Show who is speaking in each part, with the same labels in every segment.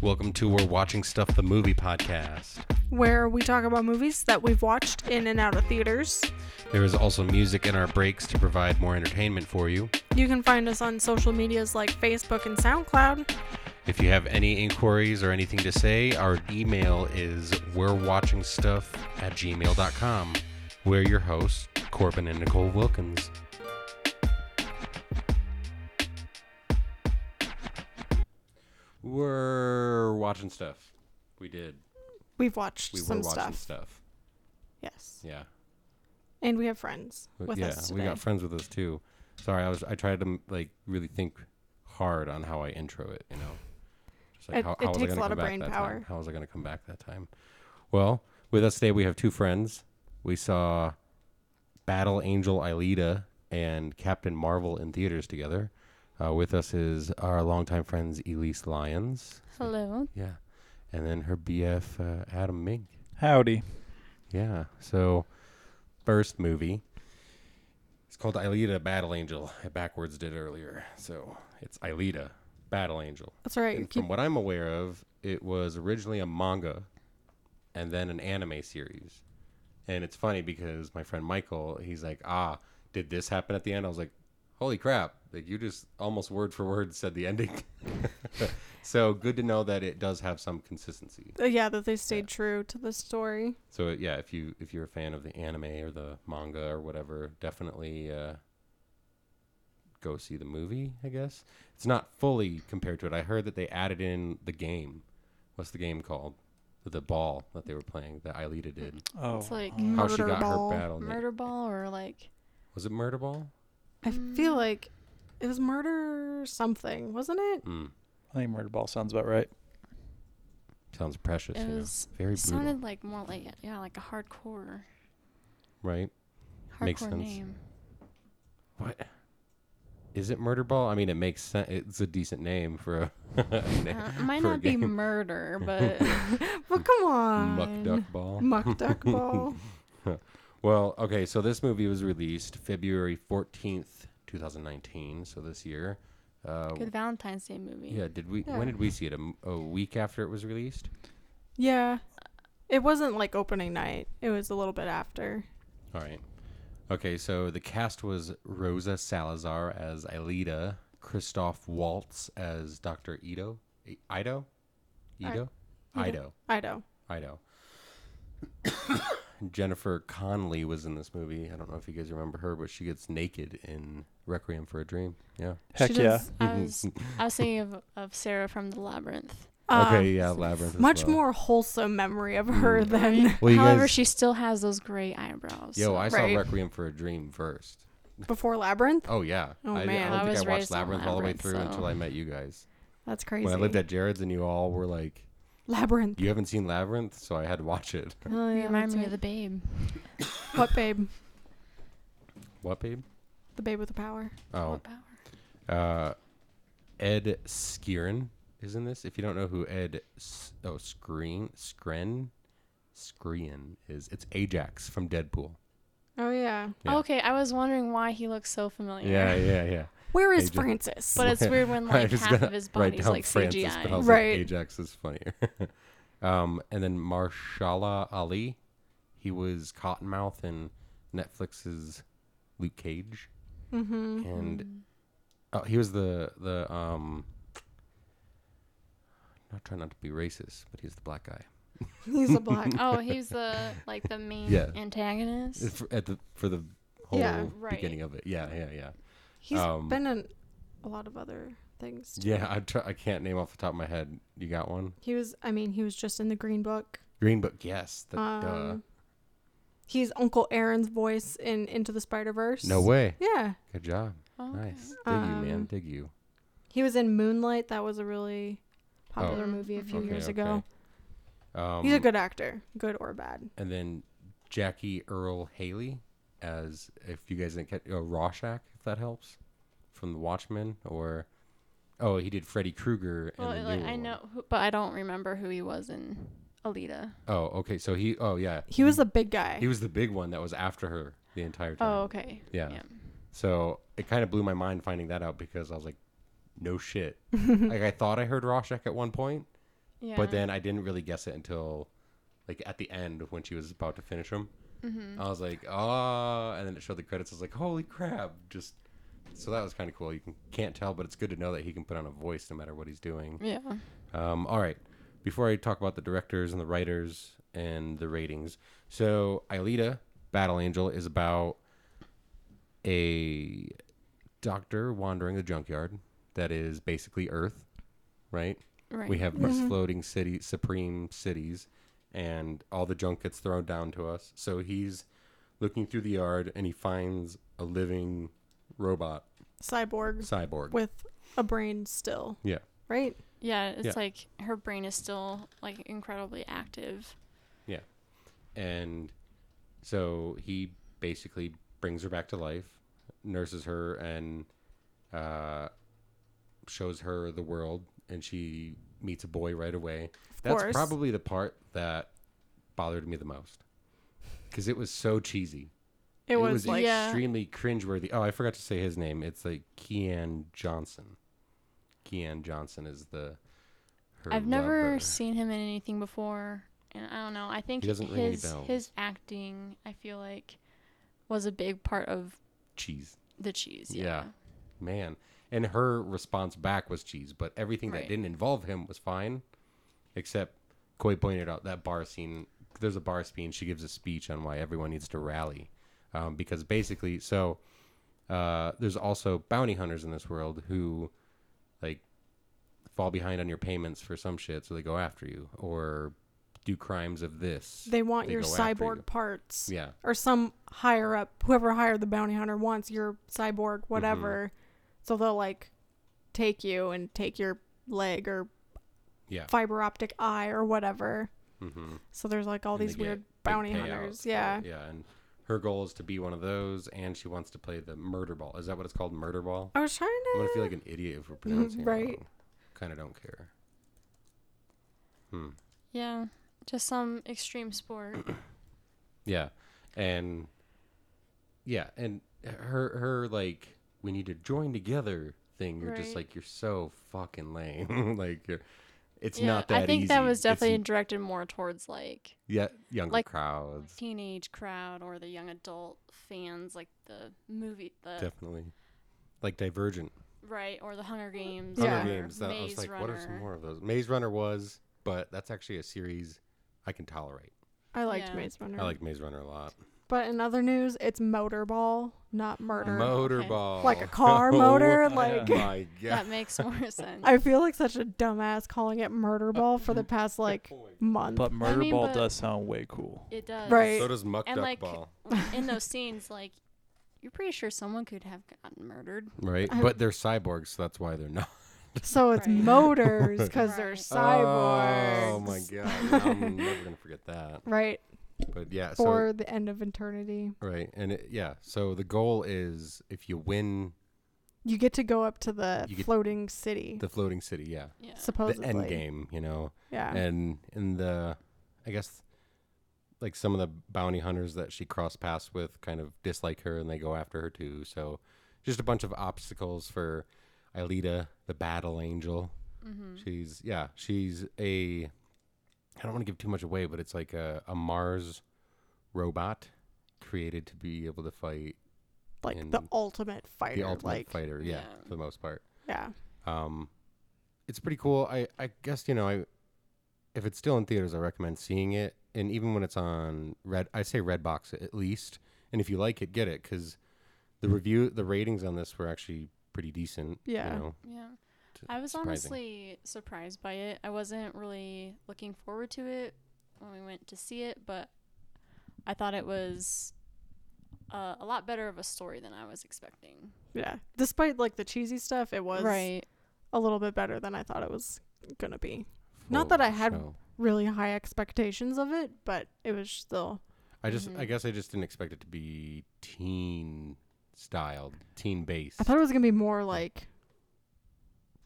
Speaker 1: Welcome to We're Watching Stuff the Movie podcast.
Speaker 2: where we talk about movies that we've watched in and out of theaters.
Speaker 1: There is also music in our breaks to provide more entertainment for you.
Speaker 2: You can find us on social medias like Facebook and SoundCloud.
Speaker 1: If you have any inquiries or anything to say, our email is we're watching stuff at gmail.com. We're your hosts, Corbin and Nicole Wilkins. We're watching stuff. We did.
Speaker 2: We've watched
Speaker 1: We
Speaker 2: some
Speaker 1: were watching
Speaker 2: stuff.
Speaker 1: stuff.
Speaker 2: Yes.
Speaker 1: Yeah.
Speaker 2: And we have friends
Speaker 1: But
Speaker 2: with
Speaker 1: yeah,
Speaker 2: us
Speaker 1: we
Speaker 2: today.
Speaker 1: got friends with us too. Sorry, I was I tried to like really think hard on how I intro it. You know, just
Speaker 2: It- it takes a
Speaker 1: gonna
Speaker 2: lot
Speaker 1: come
Speaker 2: of
Speaker 1: back
Speaker 2: brain
Speaker 1: that
Speaker 2: power.
Speaker 1: Time? How was I going to come back that time? Well, with us today we have two friends. We saw Battle Angel Alita and Captain Marvel in theaters together. Uh, with us is our longtime friends Elise Lyons.
Speaker 3: Hello.
Speaker 1: Yeah, and then her BF uh, Adam Mink.
Speaker 4: Howdy.
Speaker 1: Yeah. So, first movie. It's called Aelita Battle Angel. I backwards did earlier. So, it's Aelita Battle Angel.
Speaker 2: That's right.
Speaker 1: And
Speaker 2: keep-
Speaker 1: from what I'm aware of, it was originally a manga and then an anime series. And it's funny because my friend Michael, he's like, ah, did this happen at the end? I was like, holy crap. Like, you just almost word for word said the ending. so, good to know that it does have some consistency.
Speaker 2: uh, yeah, that they stayed true to the story.
Speaker 1: So uh, yeah, if you if you're a fan of the anime or the manga or whatever, definitely uh, go see the movie. I guess it's not fully compared to it. I heard that they added in the game. What's the game called? The ball that they were playing that Aelita did.
Speaker 4: Oh,
Speaker 3: It's like
Speaker 1: How she
Speaker 2: Murder
Speaker 1: got
Speaker 2: Ball.
Speaker 1: her battle. name.
Speaker 3: murder ball or like
Speaker 1: Was it murder ball?
Speaker 2: I feel like it was murder something, wasn't it?
Speaker 1: Mm.
Speaker 4: I think murder ball sounds about right.
Speaker 1: Sounds precious.
Speaker 3: it
Speaker 1: you know.
Speaker 3: was
Speaker 1: Very
Speaker 3: it
Speaker 1: brutal,
Speaker 3: sounded like more like yeah, like a hardcore
Speaker 1: right?
Speaker 3: hardcore
Speaker 1: Makes sense.
Speaker 3: name.
Speaker 1: What? Is it murder ball? I mean, it makes sense. It's a decent name for a. name.
Speaker 3: Uh, it might
Speaker 1: For a
Speaker 3: not be
Speaker 1: game.
Speaker 3: murder, but
Speaker 2: But come on.
Speaker 1: Muck duck ball.
Speaker 2: Muck duck ball.
Speaker 1: Well, okay, so this movie was released February 14th, 2019, so this year. Uh,
Speaker 3: good Valentine's Day movie.
Speaker 1: yeah, did we
Speaker 2: Yeah.
Speaker 1: when did we see it? A, m- a week after it was released?
Speaker 2: yeah. It wasn't like opening night. It was a little bit after.
Speaker 1: All right. Okay, so the cast was Rosa Salazar as Aelita, Christoph Waltz as Dr. Ito. I- Ido?
Speaker 2: I-
Speaker 1: Ito?
Speaker 2: Ito.
Speaker 1: Ido.
Speaker 2: I know.
Speaker 1: Ido. Jennifer Conley was in this movie. I don't know if you guys remember her, but she gets naked in Requiem for a Dream. Yeah. Mm-hmm.
Speaker 4: Heck
Speaker 3: She
Speaker 4: yeah.
Speaker 3: does- I was I was thinking of, of Sarah from the Labyrinth.
Speaker 1: okay,
Speaker 2: Um,
Speaker 1: yeah, Labyrinth. as
Speaker 2: Much
Speaker 1: well.
Speaker 2: more wholesome memory of her
Speaker 1: Mm.
Speaker 2: than
Speaker 1: Well, you
Speaker 3: However,
Speaker 1: guys-
Speaker 3: she still has those gray eyebrows.
Speaker 1: Yo, I saw
Speaker 2: Right.
Speaker 1: Requiem for a Dream first.
Speaker 2: before Labyrinth.
Speaker 1: Oh yeah.
Speaker 2: Oh,
Speaker 1: I, I
Speaker 2: man.
Speaker 1: don't
Speaker 2: I
Speaker 1: think I
Speaker 3: was
Speaker 1: watched
Speaker 3: raised on
Speaker 1: Labyrinth all the way
Speaker 3: Labyrinth,
Speaker 1: through
Speaker 3: so-
Speaker 1: until I met you guys.
Speaker 2: That's crazy.
Speaker 1: When I lived at Jared's and you all were like,
Speaker 2: Labyrinth.
Speaker 1: "You haven't seen Labyrinth," so I had to watch it.
Speaker 2: Oh,
Speaker 3: You
Speaker 2: yeah,
Speaker 3: remind
Speaker 2: that's
Speaker 3: me
Speaker 2: right.
Speaker 3: of the babe.
Speaker 2: what babe?
Speaker 1: What, babe?
Speaker 2: The babe with the power.
Speaker 1: Oh,
Speaker 3: What power?
Speaker 1: uh, Ed Skirin is in this. If you don't know who Ed, S- oh, Screen, Skren, Skrien is, it's Ajax from Deadpool.
Speaker 2: Oh yeah.
Speaker 1: Yeah.
Speaker 3: Okay, I was wondering why he looks so familiar.
Speaker 1: Yeah, yeah, yeah.
Speaker 2: Where is
Speaker 1: Agent-
Speaker 2: Francis?
Speaker 3: But it's weird when
Speaker 1: I
Speaker 3: like
Speaker 1: was
Speaker 3: half
Speaker 1: gonna
Speaker 3: of his
Speaker 1: write
Speaker 3: body's
Speaker 1: down
Speaker 3: like
Speaker 1: Francis, but I
Speaker 3: CGI.
Speaker 1: was like,
Speaker 2: Right.
Speaker 1: Ajax is funnier. um, and then Marshala Ali, he was Cottonmouth in Netflix's Luke Cage,
Speaker 2: mm-hmm.
Speaker 1: and
Speaker 3: Mm.
Speaker 1: oh, he was the the um. Not trying not to be racist, but he's the black guy.
Speaker 2: He's a black.
Speaker 3: Oh, he's the like the main
Speaker 1: Yeah.
Speaker 3: antagonist.
Speaker 1: For, at the for the whole
Speaker 2: Yeah,
Speaker 3: right.
Speaker 1: beginning of it, yeah, yeah, yeah,
Speaker 2: He's
Speaker 1: Um,
Speaker 2: been in a lot of other things. Too.
Speaker 1: yeah. I try, I can't name off the top of my head. You got one?
Speaker 2: He was. I mean, he was just in the Green Book.
Speaker 1: Green Book, yes. The, uh,
Speaker 2: um, he's Uncle Aaron's voice in Into the Spider Verse.
Speaker 1: duh. No way.
Speaker 2: Yeah.
Speaker 1: Good job.
Speaker 3: Oh, okay.
Speaker 1: Nice. Dig you, man.
Speaker 2: Um,
Speaker 1: Dig you.
Speaker 2: He was in Moonlight. That was a really popular
Speaker 3: Oh.
Speaker 2: movie a few
Speaker 3: Okay,
Speaker 2: years ago.
Speaker 1: okay. Um,
Speaker 2: He's a good actor, good or bad.
Speaker 1: And then Jackie Earl Haley as, if you guys didn't catch, uh, Rorschach, if that helps, from The Watchmen, or, oh, he did Freddy Krueger. in
Speaker 3: Well,
Speaker 1: the
Speaker 3: like,
Speaker 1: newer
Speaker 3: I
Speaker 1: one.
Speaker 3: know, who, but I don't remember who he was in Alita.
Speaker 1: Oh, okay. So he, oh, yeah.
Speaker 2: He was the big guy.
Speaker 1: He was the big one that was after her the entire time.
Speaker 3: Oh, okay.
Speaker 1: Yeah. So it kind of blew my mind finding that out because I was like, no shit. like, I thought I heard Rorschach at one point,
Speaker 3: Yeah.
Speaker 1: But then I didn't really guess it until like at the end when she was about to finish them. I was like, ah, and then it showed the credits. I was like, holy crap! Just so that was kind of cool. You can, can't tell, but it's good to know that he can put on a voice no matter what he's doing.
Speaker 3: Yeah.
Speaker 1: Um, all right. Before I talk about the directors and the writers and the ratings, so Aelita Battle Angel is about a doctor wandering the junkyard that is basically Earth, right?
Speaker 3: Right.
Speaker 1: We have these floating city, supreme cities, and all the junk gets thrown down to us. So he's looking through the yard and he finds a living robot
Speaker 2: Cyborg
Speaker 1: cyborg.
Speaker 2: with a brain still.
Speaker 1: Yeah.
Speaker 2: Right?
Speaker 3: yeah. It's
Speaker 1: Yeah.
Speaker 3: like her brain is still like incredibly active.
Speaker 1: and so he basically brings her back to life, nurses her, and uh, shows her the world. And she meets a boy right away. That's
Speaker 2: course.
Speaker 1: probably the part that bothered me the most because it was so cheesy.
Speaker 2: It, was, like
Speaker 3: Yeah.
Speaker 1: extremely cringeworthy. Oh, I forgot to say his name. It's like Kean Johnson. Kean Johnson is the. Her
Speaker 3: I've never
Speaker 1: lover.
Speaker 3: seen him in anything before, and I don't know. I think
Speaker 1: He doesn't ring any
Speaker 3: his
Speaker 1: bells.
Speaker 3: his acting, I feel like, was a big part of
Speaker 1: cheese.
Speaker 3: the cheese.
Speaker 1: Yeah.
Speaker 3: Yeah.
Speaker 1: Man. And her response back was cheese, but everything that
Speaker 3: Right.
Speaker 1: didn't involve him was fine. Except Koi pointed out that bar scene. There's a bar scene. She gives a speech on why everyone needs to rally. Um, because basically, so uh, there's also bounty hunters in this world who like fall behind on your payments for some shit, so they go after you or do crimes of this.
Speaker 2: they want
Speaker 1: They
Speaker 2: your
Speaker 1: go after
Speaker 2: cyborg
Speaker 1: you.
Speaker 2: parts.
Speaker 1: yeah.
Speaker 2: Or some higher up, whoever hired the bounty hunter wants your cyborg,
Speaker 1: Mm-hmm.
Speaker 2: whatever. So they'll like take you and take your leg or
Speaker 1: Yeah.
Speaker 2: fiber optic eye or whatever.
Speaker 1: Mm-hmm.
Speaker 2: So there's like all
Speaker 1: and
Speaker 2: these
Speaker 1: they get
Speaker 2: weird
Speaker 1: big
Speaker 2: bounty
Speaker 1: payouts
Speaker 2: hunters.
Speaker 1: for
Speaker 2: Yeah.
Speaker 1: it. Yeah. And her goal is to be one of those, and she wants to play the murder ball. Is that what it's called? Murder ball?
Speaker 2: I was trying
Speaker 1: I'm
Speaker 2: to.
Speaker 1: going to feel like an idiot if we're
Speaker 3: Mm-hmm,
Speaker 1: pronouncing it
Speaker 2: Right.
Speaker 1: wrong. Kind of don't care. Hmm.
Speaker 3: Yeah. Just some extreme sport.
Speaker 1: Yeah. And yeah. And her, her like, we need to join together thing. You're just
Speaker 3: Right.
Speaker 1: like, you're so fucking lame. like, you're, it's
Speaker 3: yeah.
Speaker 1: not that
Speaker 3: I think
Speaker 1: easy.
Speaker 3: that was
Speaker 1: It's-
Speaker 3: definitely directed more towards like
Speaker 1: yeah, younger
Speaker 3: like-
Speaker 1: crowds.
Speaker 3: teenage crowd or the young adult fans, like the movie, the
Speaker 1: Definitely. Like Divergent.
Speaker 3: right or the Hunger Games.
Speaker 1: Hunger
Speaker 2: Yeah.
Speaker 3: or
Speaker 1: Games. That, I was
Speaker 3: Maze
Speaker 1: like, what are some
Speaker 3: Runner.
Speaker 1: more of those? Maze Runner was, but that's actually a series I can tolerate.
Speaker 2: I liked
Speaker 3: Yeah.
Speaker 2: Maze Runner.
Speaker 1: I like Maze Runner a lot.
Speaker 2: but in other news, it's Motorball, not Murder.
Speaker 3: Okay.
Speaker 1: Motorball,
Speaker 2: Like a car motor, like-
Speaker 1: oh my
Speaker 3: That
Speaker 1: god,
Speaker 3: makes more sense.
Speaker 2: I feel like such a dumbass calling it Murderball for the past like month.
Speaker 4: But Murder
Speaker 3: mean,
Speaker 4: Ball
Speaker 3: but-
Speaker 4: does sound way cool.
Speaker 3: it does.
Speaker 2: Right.
Speaker 1: so does Muck
Speaker 3: And,
Speaker 1: Duck
Speaker 3: like,
Speaker 1: Ball,
Speaker 3: In those scenes, like you're pretty sure someone could have gotten murdered.
Speaker 1: right?
Speaker 2: I-
Speaker 1: but they're cyborgs, so that's why they're not.
Speaker 2: So it's
Speaker 3: Right.
Speaker 2: motors because they're
Speaker 3: Right.
Speaker 2: cyborgs.
Speaker 1: Oh my god, I'm never gonna forget that.
Speaker 2: Right
Speaker 1: But yeah, so
Speaker 2: for the end of eternity,
Speaker 1: right, and it, yeah, so the goal is if you win
Speaker 2: you get to go up to the
Speaker 1: You get-
Speaker 2: floating city,
Speaker 1: the floating city, yeah,
Speaker 3: Yeah.
Speaker 2: supposedly.
Speaker 1: the end game, you know,
Speaker 2: Yeah.
Speaker 1: and in the i guess like some of the bounty hunters that she crossed paths with kind of dislike her and they go after her too so just a bunch of obstacles for Aelita, the battle angel
Speaker 2: Mm-hmm.
Speaker 3: Mhm.
Speaker 1: she's yeah she's a i don't want to give too much away but it's like a, a mars robot created to be able to fight
Speaker 2: like the
Speaker 1: and
Speaker 2: ultimate fighter.
Speaker 1: the ultimate
Speaker 2: like
Speaker 1: fighter yeah,
Speaker 3: Yeah.
Speaker 1: for the most part
Speaker 2: yeah.
Speaker 1: um it's pretty cool i i guess you know i if it's still in theaters i recommend seeing it and even when it's on red i say red box at least and if you like it get it because the review the ratings on this were actually pretty decent
Speaker 2: Yeah.
Speaker 1: you know
Speaker 3: Yeah.
Speaker 1: T-
Speaker 3: I was
Speaker 1: surprising.
Speaker 3: honestly surprised by it. I wasn't really looking forward to it when we went to see it, but I thought it was uh, a lot better of a story than I was expecting.
Speaker 2: Yeah. Despite like the cheesy stuff, it was a little bit better than I thought it was gonna be. Not that
Speaker 1: Full
Speaker 2: I had-
Speaker 1: show.
Speaker 2: Really high expectations of it, but it was still
Speaker 1: i just i
Speaker 2: Mm-hmm.
Speaker 3: Mhm.
Speaker 1: guess i just didn't expect it to be teen styled teen based
Speaker 2: I thought it was gonna be more like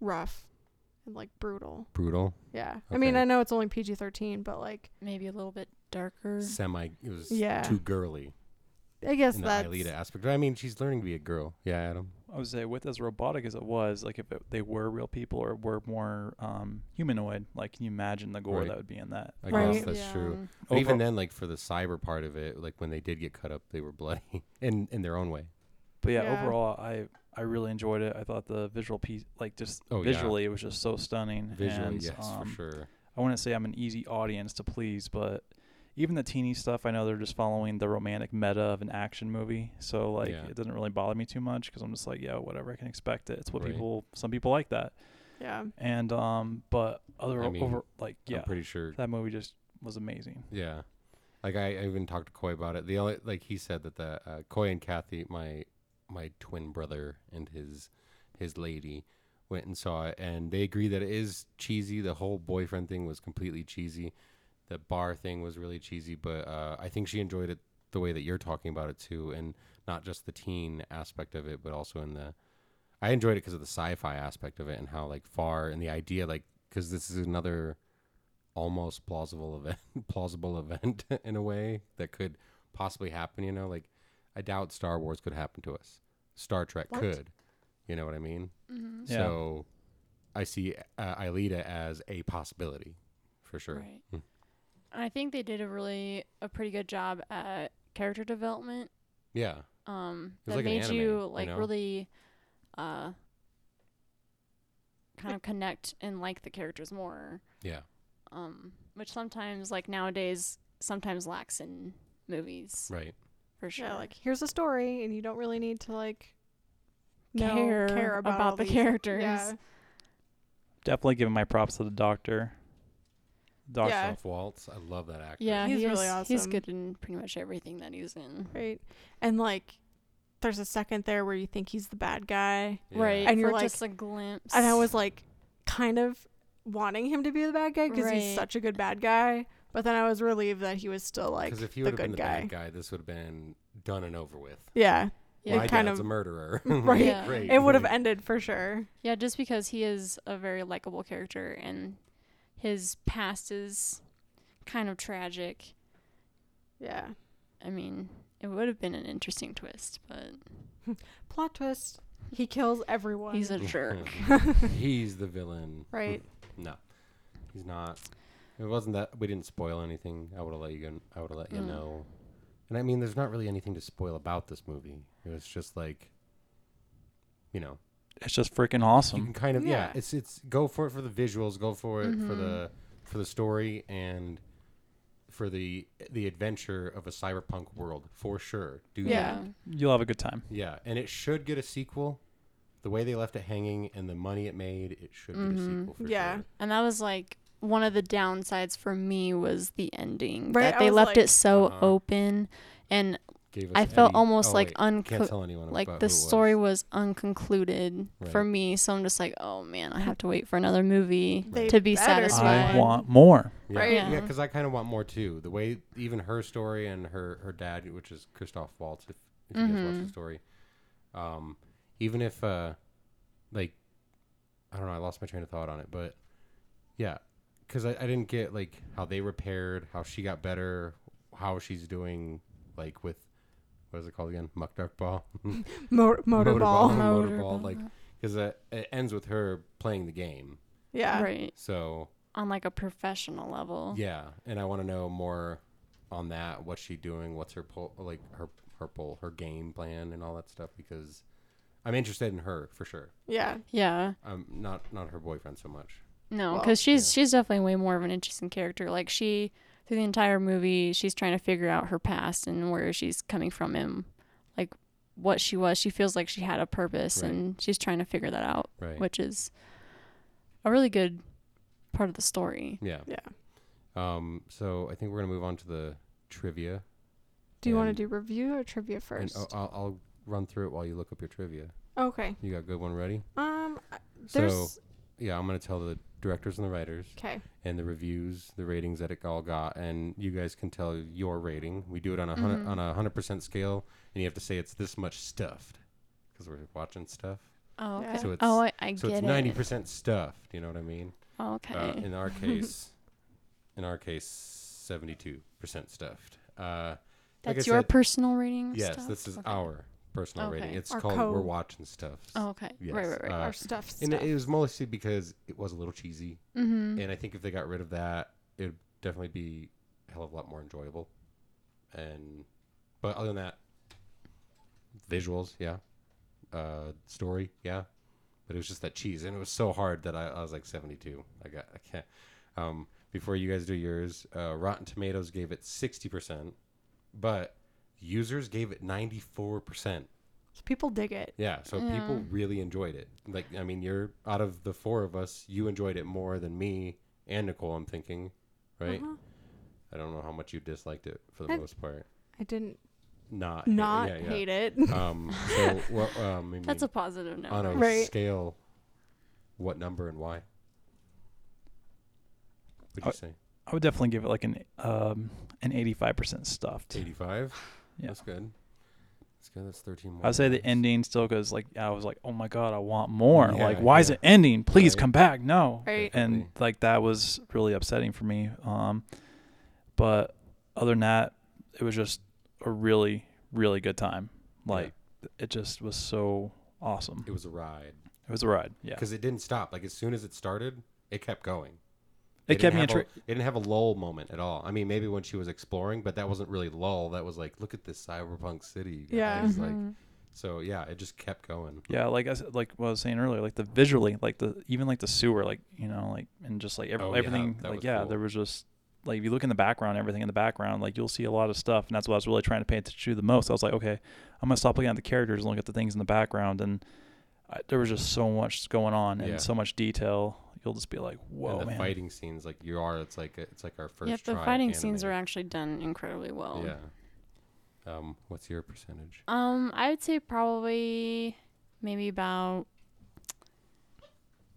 Speaker 2: rough and like brutal.
Speaker 1: brutal
Speaker 2: Yeah. I mean,
Speaker 1: Okay.
Speaker 2: I know it's only PG thirteen, but like
Speaker 3: Maybe a little bit darker.
Speaker 1: semi it was
Speaker 2: Yeah.
Speaker 1: too girly
Speaker 2: I guess
Speaker 1: in the
Speaker 2: that's
Speaker 1: Aelita aspect. But I mean, she's learning to be a girl. Yeah, Adam.
Speaker 4: I would say with as robotic as it was, like if it, they were real people or were more um, humanoid, like can you imagine the gore
Speaker 1: Right.
Speaker 4: that would be in that?
Speaker 1: I guess
Speaker 2: Right.
Speaker 1: that's
Speaker 3: Yeah.
Speaker 1: true.
Speaker 3: Um,
Speaker 1: But even
Speaker 4: Overall-
Speaker 1: then, like for the cyber part of it, like when they did get cut up, they were bloody in in their own way.
Speaker 4: But yeah,
Speaker 2: Yeah.
Speaker 4: overall, I I really enjoyed it. I thought the visual piece, like just
Speaker 1: Oh, yeah.
Speaker 4: visually, it was just so stunning.
Speaker 1: Visually,
Speaker 4: and,
Speaker 1: yes, for
Speaker 4: um,
Speaker 1: sure.
Speaker 4: I wouldn't say I'm an easy audience to please, but even the teeny stuff, I know they're just following the romantic meta of an action movie. So like,
Speaker 1: Yeah.
Speaker 4: it doesn't really bother me too much because I'm just like, yeah, whatever, I can expect it. It's what
Speaker 1: Right.
Speaker 4: people, some people like that.
Speaker 2: yeah.
Speaker 4: And um, but other
Speaker 1: I mean,
Speaker 4: over like yeah,
Speaker 1: I'm pretty sure.
Speaker 4: that movie just was amazing.
Speaker 1: Yeah. Like I, I even talked to Coy about it. The only like he said that the uh, Coy and Kathy, my my twin brother and his his lady, went and saw it, and they agree that it is cheesy. The whole boyfriend thing was completely cheesy. The bar thing was really cheesy, but uh, I think she enjoyed it the way that you're talking about it too, and not just the teen aspect of it, but also in the. I enjoyed it because of the sci-fi aspect of it and how like far and the idea like because this is another almost plausible event plausible event in a way that could possibly happen you know like i doubt star wars could happen to us star trek
Speaker 2: What?
Speaker 1: could you know what i mean
Speaker 2: Mm-hmm.
Speaker 3: mhm.
Speaker 4: Yeah.
Speaker 1: so i see uh, Aelita as a possibility for sure
Speaker 3: Right.
Speaker 1: Mm.
Speaker 3: And I think they did a really a pretty good job at character development.
Speaker 1: yeah
Speaker 3: Um
Speaker 1: It was
Speaker 3: that
Speaker 1: like an
Speaker 3: made
Speaker 1: anime,
Speaker 3: you
Speaker 1: you
Speaker 3: like
Speaker 1: know?
Speaker 3: really uh kind of connect and like the characters more.
Speaker 1: yeah
Speaker 3: Um which sometimes like nowadays sometimes lacks in movies
Speaker 1: right
Speaker 3: for sure.
Speaker 2: Yeah, like here's a story, and you don't really need to like know-
Speaker 3: care,
Speaker 2: care about,
Speaker 3: about,
Speaker 2: all
Speaker 3: the
Speaker 2: these-
Speaker 3: characters.
Speaker 2: Yeah.
Speaker 4: Definitely giving my props to the doctor. Doctor,
Speaker 2: Yeah.
Speaker 1: Ralph Waltz, I love that actor.
Speaker 3: Yeah,
Speaker 2: He's
Speaker 3: he
Speaker 2: really
Speaker 3: is- He's
Speaker 2: awesome.
Speaker 3: good in pretty much everything that he's in.
Speaker 2: Right. And like, there's a second there where you think he's the bad guy,
Speaker 1: Yeah.
Speaker 3: Right.
Speaker 2: And
Speaker 3: for
Speaker 2: you're like-
Speaker 3: just a glimpse.
Speaker 2: and I was like, kind of wanting him to be the bad guy because he's
Speaker 3: Right.
Speaker 2: such a good bad guy. But then I was relieved that he was still like
Speaker 1: Because if he
Speaker 2: the
Speaker 1: would have been
Speaker 2: good
Speaker 1: the
Speaker 2: guy.
Speaker 1: bad guy, this would have been done and over with.
Speaker 2: Yeah,
Speaker 3: Yeah.
Speaker 1: My
Speaker 2: It kind
Speaker 1: dad's
Speaker 2: of-
Speaker 1: a murderer.
Speaker 2: Right.
Speaker 3: Yeah.
Speaker 1: Great.
Speaker 2: it would have ended for sure.
Speaker 3: Yeah, just because he is a very likable character and his past is kind of tragic.
Speaker 2: Yeah.
Speaker 3: I mean, it would have been an interesting twist, but
Speaker 2: Plot twist: he kills everyone.
Speaker 3: he's a jerk.
Speaker 1: He's the villain.
Speaker 2: right.
Speaker 1: No, he's not. It wasn't that we didn't spoil anything. I would have let you. Go, I would have let you
Speaker 3: Mm.
Speaker 1: know. And I mean, there's not really anything to spoil about this movie. It was just like, you know,
Speaker 4: it's just freaking
Speaker 1: you can
Speaker 4: awesome.
Speaker 1: kind of yeah.
Speaker 2: Yeah.
Speaker 1: It's it's go for it for the visuals, go for it for
Speaker 3: Mhm.
Speaker 1: the for the story and for the the adventure of a cyberpunk world for sure. Do that.
Speaker 3: yeah.
Speaker 4: You'll have a good time.
Speaker 1: Yeah, and it should get a sequel. The way they left it hanging and the money it made, it should get a
Speaker 3: Mhm.
Speaker 1: sequel for
Speaker 2: Yeah.
Speaker 1: sure.
Speaker 3: And that was like one of the downsides for me was the ending.
Speaker 2: Right,
Speaker 3: That
Speaker 2: I
Speaker 3: they
Speaker 2: was
Speaker 3: left
Speaker 2: like-
Speaker 3: it so
Speaker 1: Uh-huh.
Speaker 3: open and
Speaker 1: Gave us
Speaker 3: I felt
Speaker 1: Eddie-
Speaker 3: almost
Speaker 1: oh,
Speaker 3: like
Speaker 1: wait, can't
Speaker 3: unco-
Speaker 1: tell anyone about
Speaker 3: like
Speaker 1: who it
Speaker 3: the story
Speaker 1: was.
Speaker 3: was unconcluded for
Speaker 1: Right.
Speaker 3: me, so I'm just like, "Oh man, I have to wait for another movie."
Speaker 2: They
Speaker 3: To be
Speaker 2: better
Speaker 3: That's
Speaker 4: I
Speaker 3: satisfied.
Speaker 2: do one.
Speaker 4: want more.
Speaker 1: Yeah,
Speaker 2: Right.
Speaker 1: yeah,
Speaker 3: Yeah.
Speaker 1: because I kind of want more too. The way even her story and her her dad, which is Christoph Waltz, if, if you guys watch the
Speaker 3: Mhm.
Speaker 1: story, um, even if uh, like, I don't know, I lost my train of thought on it, but yeah, because I, I didn't get like how they repaired, how she got better, how she's doing, like with what is it called again, Muck Duck Ball,
Speaker 2: Mo- motorball.
Speaker 1: Motorball.
Speaker 3: Motor
Speaker 1: Motorball,
Speaker 3: Ball.
Speaker 1: like- because it, uh, it ends with her playing the game,
Speaker 2: Yeah.
Speaker 3: right
Speaker 1: so.
Speaker 3: on like a professional level.
Speaker 1: Yeah, and I want to know more on that. What's she doing? What's her pull? Like her her pull, her game plan, and all that stuff. Because I'm interested in her for sure.
Speaker 2: Yeah.
Speaker 3: Yeah.
Speaker 1: I'm not not her boyfriend so much.
Speaker 3: No,
Speaker 2: Well,
Speaker 3: because she's she's definitely way more of an interesting character. Like she through the entire movie, she's trying to figure out her past and where she's coming from and like what she was. She feels like she had a purpose
Speaker 1: Right.
Speaker 3: and she's trying to figure that out,
Speaker 1: Right.
Speaker 3: which is a really good part of the story.
Speaker 1: Yeah.
Speaker 2: Yeah.
Speaker 1: Um. So I think we're gonna move on to the trivia.
Speaker 2: Do you want to
Speaker 1: And-
Speaker 2: do review or trivia
Speaker 1: And oh,
Speaker 2: first?
Speaker 1: I'll, I'll, I'll run through it while you look up your trivia.
Speaker 2: okay.
Speaker 1: You got a good one ready?
Speaker 2: Um. There's.
Speaker 1: So yeah, I'm gonna tell the directors and the writers
Speaker 2: okay.
Speaker 1: and the reviews, the ratings that it all got, and you guys can tell your rating. We do it on a 100
Speaker 3: Mm-hmm.
Speaker 1: on a hundred percent scale, and you have to say it's this much stuffed because we're watching stuff.
Speaker 3: Oh,
Speaker 2: Yeah.
Speaker 3: okay.
Speaker 1: So it's-
Speaker 3: oh, I, I
Speaker 1: so
Speaker 3: get
Speaker 1: it's
Speaker 3: it. Oh,
Speaker 1: ninety percent stuffed. You know what I mean?
Speaker 3: Okay.
Speaker 1: Uh, in our case, in our case, seventy-two percent stuffed. Uh, Like I
Speaker 3: That's your
Speaker 1: said-
Speaker 3: personal rating.
Speaker 1: Yes,
Speaker 3: stuff?
Speaker 1: this is
Speaker 3: Okay.
Speaker 1: our personal rating.
Speaker 3: Okay.
Speaker 1: It's
Speaker 2: Our
Speaker 1: called We're
Speaker 2: code.
Speaker 1: Watching Stuff.
Speaker 3: Oh, okay. Right,
Speaker 1: Yes,
Speaker 3: right, right.
Speaker 1: uh,
Speaker 2: Our stuff
Speaker 1: and
Speaker 2: stuff.
Speaker 1: it was mostly because it was a little cheesy.
Speaker 3: mm-hmm.
Speaker 1: And I think if they got rid of that, it would definitely be a hell of a lot more enjoyable. And but other than that, visuals, yeah, uh, story, yeah, but it was just that cheese, and it was so hard that I, I was like seventy two. I got I can't. Um, before you guys do yours, uh, Rotten Tomatoes gave it sixty percent, but users gave it ninety four percent.
Speaker 2: So people dig it.
Speaker 1: Yeah, so people really enjoyed it. Like, I mean, you're out of the four of us, you enjoyed it more than me and Nicole. I'm thinking, right?
Speaker 2: Uh-huh.
Speaker 1: I don't know how much you disliked it for the
Speaker 2: I-
Speaker 1: most part.
Speaker 2: I didn't
Speaker 1: Not, hate-
Speaker 2: not
Speaker 1: yeah, yeah.
Speaker 2: hate it.
Speaker 1: Um, so what? Um, I mean,
Speaker 3: That's a positive note.
Speaker 1: on a
Speaker 2: Right.
Speaker 1: scale, what number and why? Would you
Speaker 4: Uh,
Speaker 1: say
Speaker 4: I would definitely give it like an um an 85% stuffed.
Speaker 1: eighty-five?
Speaker 4: Yeah.
Speaker 1: that's good. That's good. That's thirteen more.
Speaker 4: I would say the
Speaker 1: points.
Speaker 4: ending still goes like I was like, oh my god, I want more.
Speaker 1: Yeah,
Speaker 4: like, why is
Speaker 1: yeah.
Speaker 4: it ending? Please
Speaker 1: Right.
Speaker 4: come back. No.
Speaker 2: Right.
Speaker 4: And
Speaker 1: Definitely.
Speaker 4: like that was really upsetting for me. Um, but other than that, it was just a really really good time.
Speaker 1: Yeah.
Speaker 4: Like it just was so awesome.
Speaker 1: It was a ride
Speaker 4: It was a ride. Yeah.
Speaker 1: because it didn't stop. Like as soon as it started, it kept going. They
Speaker 4: It kept me
Speaker 1: didn't have
Speaker 4: intrigued.
Speaker 1: a- It didn't have a lull moment at all. I mean, maybe when she was exploring, but that wasn't really lull. That was like, look at this cyberpunk city. you
Speaker 2: Yeah.
Speaker 1: guys.
Speaker 3: Mm-hmm.
Speaker 1: Like, so yeah, it just kept going.
Speaker 4: Yeah, like I s- like what I was saying earlier, like the visually, like the even like the sewer, like you know, like and just like every,
Speaker 1: Oh, yeah,
Speaker 4: everything,
Speaker 1: that
Speaker 4: like
Speaker 1: was
Speaker 4: yeah,
Speaker 1: cool.
Speaker 4: there was just like if you look in the background, everything in the background, like you'll see a lot of stuff, and that's what I was really trying to pay attention to the most. I was like, okay, I'm gonna stop looking at the characters and look at the things in the background, and I, there was just so much going on
Speaker 1: Yeah.
Speaker 4: and so much detail. You'll just be like, whoa,
Speaker 1: and the
Speaker 4: man,
Speaker 1: fighting scenes, like you are, it's like it's like our first.
Speaker 3: Yep, the
Speaker 1: try at
Speaker 3: fighting scenes are
Speaker 1: anime.
Speaker 3: actually done incredibly well.
Speaker 1: Yeah. Um, what's your percentage?
Speaker 3: Um, I would say probably maybe about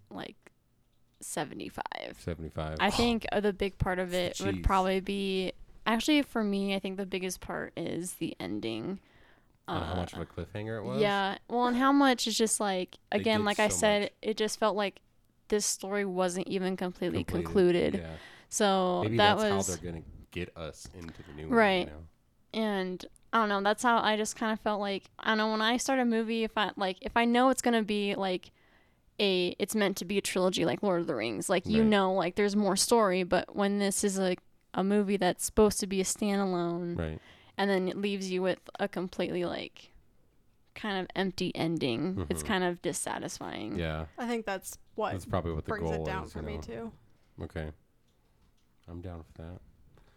Speaker 3: like 75.
Speaker 1: Seventy-five.
Speaker 3: I think uh, the big part of it
Speaker 1: Oh, Jeez.
Speaker 3: would probably be actually for me, I think the biggest part is the ending.
Speaker 1: Uh, how much of a cliffhanger it was?
Speaker 3: Yeah. Well, and how much is just like
Speaker 1: They
Speaker 3: again,
Speaker 1: did
Speaker 3: like I
Speaker 1: so
Speaker 3: said,
Speaker 1: much.
Speaker 3: it just felt like this story wasn't even completely
Speaker 1: Completed.
Speaker 3: concluded.
Speaker 1: Yeah.
Speaker 3: So
Speaker 1: Maybe
Speaker 3: that
Speaker 1: that's
Speaker 3: was
Speaker 1: how they're gonna get us into the new
Speaker 3: Right.
Speaker 1: One,
Speaker 3: and I don't know. That's how I just kind of felt like I don't know when I start a movie. If I like, if I know it's gonna be like a, it's meant to be a trilogy, like Lord of the Rings. Like you
Speaker 1: Right.
Speaker 3: know, like there's more story. But when this is like a movie that's supposed to be a standalone,
Speaker 1: you know? Right.
Speaker 3: and then it leaves you with a completely like kind of empty ending, it's
Speaker 1: Mhm.
Speaker 3: kind of dissatisfying.
Speaker 1: Yeah.
Speaker 2: I think that's what
Speaker 1: That's probably what the
Speaker 2: brings
Speaker 1: goal
Speaker 2: it down
Speaker 1: is.
Speaker 2: for
Speaker 1: you
Speaker 2: me
Speaker 1: know?
Speaker 2: too.
Speaker 1: Okay. I'm down for that.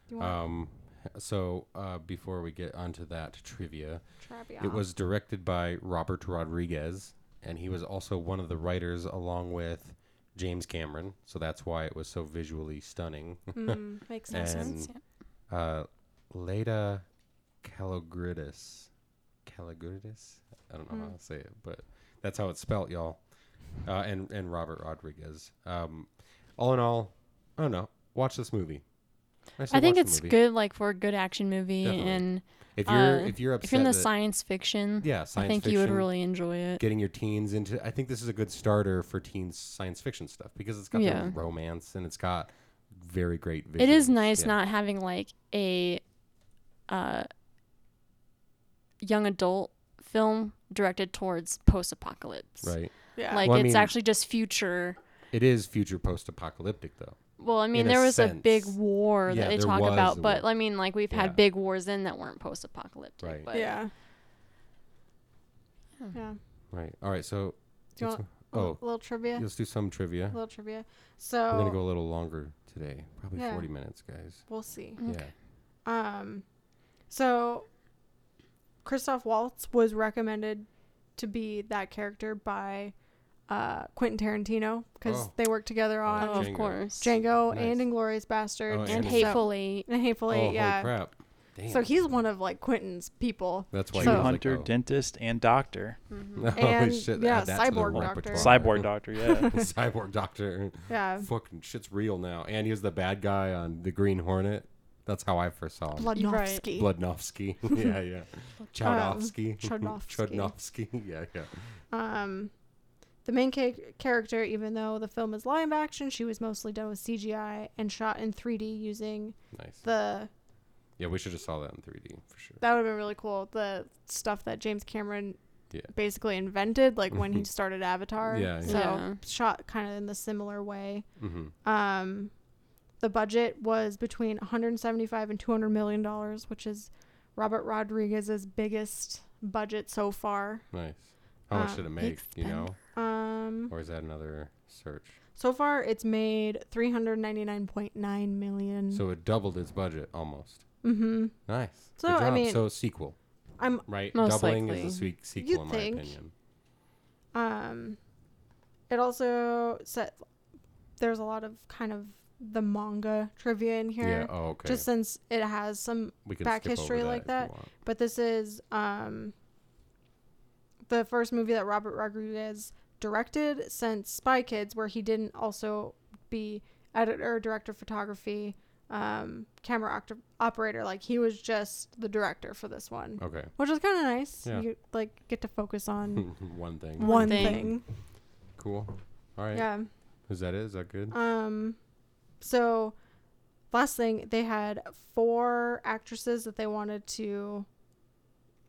Speaker 2: You want
Speaker 1: Um, so uh, before we get onto that trivia,
Speaker 2: to try
Speaker 1: it was directed by Robert Rodriguez, and he was also one of the writers along with James Cameron. So that's why it was so visually stunning.
Speaker 2: mm, makes
Speaker 1: And-
Speaker 2: sense.
Speaker 3: Sense, yeah.
Speaker 1: Uh, Leda Caligridis. Caligridis? I don't know how
Speaker 3: Hmm.
Speaker 2: Mm.
Speaker 1: to say it, but that's how it's spelt, y'all. Uh, and, and Robert Rodriguez. Um, all in all, I don't know. Watch this movie. say
Speaker 3: I think
Speaker 1: watch the
Speaker 3: it's
Speaker 1: movie.
Speaker 3: good, like for a good action movie,
Speaker 1: Definitely.
Speaker 3: and
Speaker 1: If you're
Speaker 3: uh,
Speaker 1: if you're upset
Speaker 3: if you're in the
Speaker 1: that-
Speaker 3: science fiction,
Speaker 1: yeah, science
Speaker 3: I think
Speaker 1: fiction,
Speaker 3: you would really enjoy it.
Speaker 1: getting your teens into. I think this is a good starter for teens science fiction stuff because it's got
Speaker 3: Yeah.
Speaker 1: the romance and it's got very great. Visuals.
Speaker 3: it is nice
Speaker 1: Yeah.
Speaker 3: not having like a uh, young adult film directed towards post-apocalypse
Speaker 1: right.
Speaker 2: yeah.
Speaker 3: like
Speaker 1: Well, I
Speaker 3: it's
Speaker 1: mean-
Speaker 3: actually just future
Speaker 1: It is future post apocalyptic though.
Speaker 3: well i mean
Speaker 1: a
Speaker 3: there was a big
Speaker 1: sense.
Speaker 3: war
Speaker 1: Yeah,
Speaker 3: that they
Speaker 1: there
Speaker 3: talk
Speaker 1: was
Speaker 3: about
Speaker 1: a
Speaker 3: but
Speaker 1: war.
Speaker 3: i mean like we've
Speaker 1: Yeah.
Speaker 3: had big wars then that weren't post-apocalyptic
Speaker 1: Right.
Speaker 3: but
Speaker 2: yeah.
Speaker 3: Hmm.
Speaker 2: Yeah.
Speaker 1: Right. All right. So
Speaker 2: Do you
Speaker 1: let's-
Speaker 2: want
Speaker 1: oh,
Speaker 2: a little trivia?
Speaker 1: let's do some trivia.
Speaker 2: little trivia.
Speaker 1: We're
Speaker 2: So
Speaker 1: gonna go a little longer today, probably
Speaker 2: oh. Yeah. Mm,
Speaker 1: forty minutes, guys.
Speaker 2: we'll see.
Speaker 3: Mm-hmm.
Speaker 1: Yeah.
Speaker 2: Um, so Christoph Waltz was recommended to be that character by uh, Quentin Tarantino because
Speaker 1: Oh.
Speaker 2: they worked together
Speaker 1: Oh,
Speaker 2: on
Speaker 3: oh,
Speaker 1: Django.
Speaker 3: of course
Speaker 2: Django
Speaker 1: Nice.
Speaker 2: and Inglorious Bastards
Speaker 1: Oh, and
Speaker 3: and,
Speaker 2: so-
Speaker 3: hateful eight
Speaker 2: and Hateful
Speaker 1: oh,
Speaker 2: Eight,
Speaker 1: holy
Speaker 2: yeah.
Speaker 1: crap! Damn.
Speaker 2: So he's one of like Quentin's people.
Speaker 1: That's why
Speaker 4: True
Speaker 1: he was
Speaker 4: hunter,
Speaker 1: like,
Speaker 4: dentist, and doctor,
Speaker 3: Mm-hmm.
Speaker 1: oh. Holy
Speaker 2: And,
Speaker 1: shit!
Speaker 2: yeah,
Speaker 1: add that to the
Speaker 2: cyborg doctor.
Speaker 1: repertoire.
Speaker 4: cyborg doctor. Yeah.
Speaker 1: cyborg doctor.
Speaker 2: Yeah,
Speaker 1: fucking shit's real now. And he was the bad guy on the Green Hornet. That's how I first saw him.
Speaker 3: Right.
Speaker 2: Bludnovsky.
Speaker 1: Bludnovsky. yeah, yeah.
Speaker 2: um,
Speaker 1: Chodovsky.
Speaker 2: Chodnovsky.
Speaker 1: Chodnovsky. yeah, yeah.
Speaker 2: Um, the main ca- character, even though the film is live action, she was mostly done with CGI and shot in 3D using
Speaker 1: Nice.
Speaker 2: the
Speaker 1: Yeah, we should have saw that in 3D for sure.
Speaker 2: That would have been really cool. The stuff that James Cameron
Speaker 1: Yeah. Mm-hmm.
Speaker 2: basically invented, like when he started Avatar.
Speaker 1: Yeah, yeah.
Speaker 2: So
Speaker 3: Yeah.
Speaker 2: shot kind of in the similar way.
Speaker 1: Mm-hmm.
Speaker 2: Um, the budget was between 175 and 200 million dollars, which is Robert Rodriguez's biggest budget so far.
Speaker 1: Nice. How much
Speaker 2: Uh,
Speaker 1: did it make? You know,
Speaker 2: Um,
Speaker 1: or is that another search?
Speaker 2: so far it's made 399.9 million.
Speaker 1: So it doubled its budget almost.
Speaker 2: mm-hmm.
Speaker 1: Nice.
Speaker 2: So,
Speaker 1: Good
Speaker 2: I
Speaker 1: job.
Speaker 2: mean-
Speaker 1: so sequel,
Speaker 2: I'm
Speaker 1: right?
Speaker 3: Most
Speaker 1: Doubling
Speaker 3: likely.
Speaker 1: is a se- sequel
Speaker 2: You'd
Speaker 1: in
Speaker 2: think.
Speaker 1: my opinion.
Speaker 2: Um, it also set there's a lot of kind of the manga trivia in
Speaker 1: Yeah.
Speaker 2: here,
Speaker 1: Oh, okay.
Speaker 2: just since it has some.
Speaker 1: we can
Speaker 2: back
Speaker 1: skip over
Speaker 2: history like
Speaker 1: if you
Speaker 2: that.
Speaker 1: want.
Speaker 2: But this is um, the first movie that Robert Rodriguez directed since Spy Kids, where he didn't also be editor, director, of photography, um, camera oct- operator. Like he was just the director for this one,
Speaker 1: Okay.
Speaker 2: which is kind of nice.
Speaker 1: Oh. Yeah.
Speaker 2: You like get to focus on
Speaker 1: One thing.
Speaker 2: Mm.
Speaker 3: One
Speaker 2: one
Speaker 3: thing.
Speaker 2: thing.
Speaker 1: Cool. All right.
Speaker 2: Yeah.
Speaker 1: Is that it? Is that good?
Speaker 2: Um, so last thing, they had four actresses that they wanted to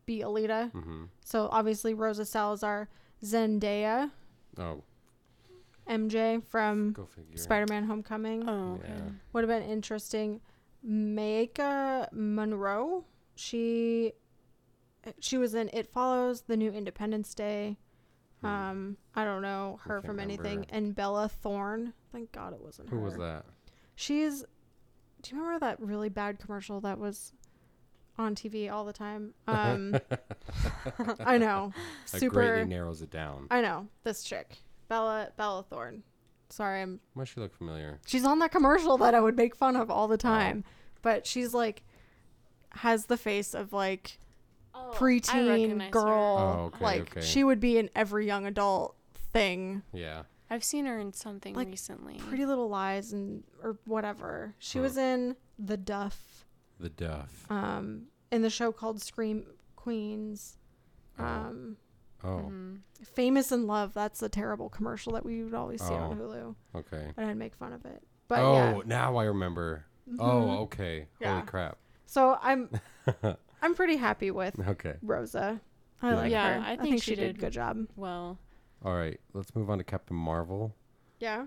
Speaker 2: be Alita.
Speaker 1: mm-hmm.
Speaker 2: So obviously Rosa Salazar, Zendaya,
Speaker 1: Oh,
Speaker 2: MJ from
Speaker 1: go figure.
Speaker 2: Spider-Man: Homecoming
Speaker 3: Oh, okay.
Speaker 1: Yeah.
Speaker 2: would have been interesting. Maika Monroe, she she was in It Follows, The New Independence Day.
Speaker 1: Hmm.
Speaker 2: Um, I don't know
Speaker 1: I
Speaker 2: her
Speaker 1: can't
Speaker 2: from anything.
Speaker 1: remember.
Speaker 2: And Bella Thorne. Thank God it wasn't
Speaker 1: Who
Speaker 2: her.
Speaker 1: was that?
Speaker 2: She's. Do you remember that really bad commercial that was on TV all the time? Um, I know.
Speaker 1: That
Speaker 2: Super.
Speaker 1: greatly narrows it down.
Speaker 2: I know this chick, Bella Bella Thorne. Sorry, I'm.
Speaker 1: Why does she look familiar?
Speaker 2: She's on that commercial that I would make fun of all the time, but she's like, has the face of like
Speaker 3: Oh, I
Speaker 2: preteen
Speaker 3: recognize
Speaker 2: girl.
Speaker 3: her.
Speaker 1: Oh, okay,
Speaker 2: like
Speaker 1: okay.
Speaker 2: she would be in every young adult thing.
Speaker 1: Yeah.
Speaker 3: I've seen her in something
Speaker 2: Like,
Speaker 3: recently.
Speaker 2: Pretty Little Lies and or whatever. She was in The Duff.
Speaker 1: The Duff.
Speaker 2: um, in the show called Scream Queens.
Speaker 1: Oh.
Speaker 2: Um,
Speaker 1: Oh,
Speaker 3: Mhm.
Speaker 2: Famous in Love. That's a terrible commercial that we would always see on
Speaker 1: Oh.
Speaker 2: Hulu,
Speaker 1: okay.
Speaker 2: and I'd make fun of it. But
Speaker 1: oh,
Speaker 2: yeah, Mm-hmm.
Speaker 1: now I remember. Oh, okay.
Speaker 2: Yeah.
Speaker 1: Holy crap.
Speaker 2: so I'm I'm pretty happy with
Speaker 1: Okay.
Speaker 2: Rosa. I like
Speaker 3: Yeah,
Speaker 2: her.
Speaker 3: I
Speaker 2: I think,
Speaker 3: think
Speaker 2: she,
Speaker 3: she
Speaker 2: did a
Speaker 3: did-
Speaker 2: good job.
Speaker 3: Well,
Speaker 1: All right. Let's move on to Captain Marvel.
Speaker 2: Yeah.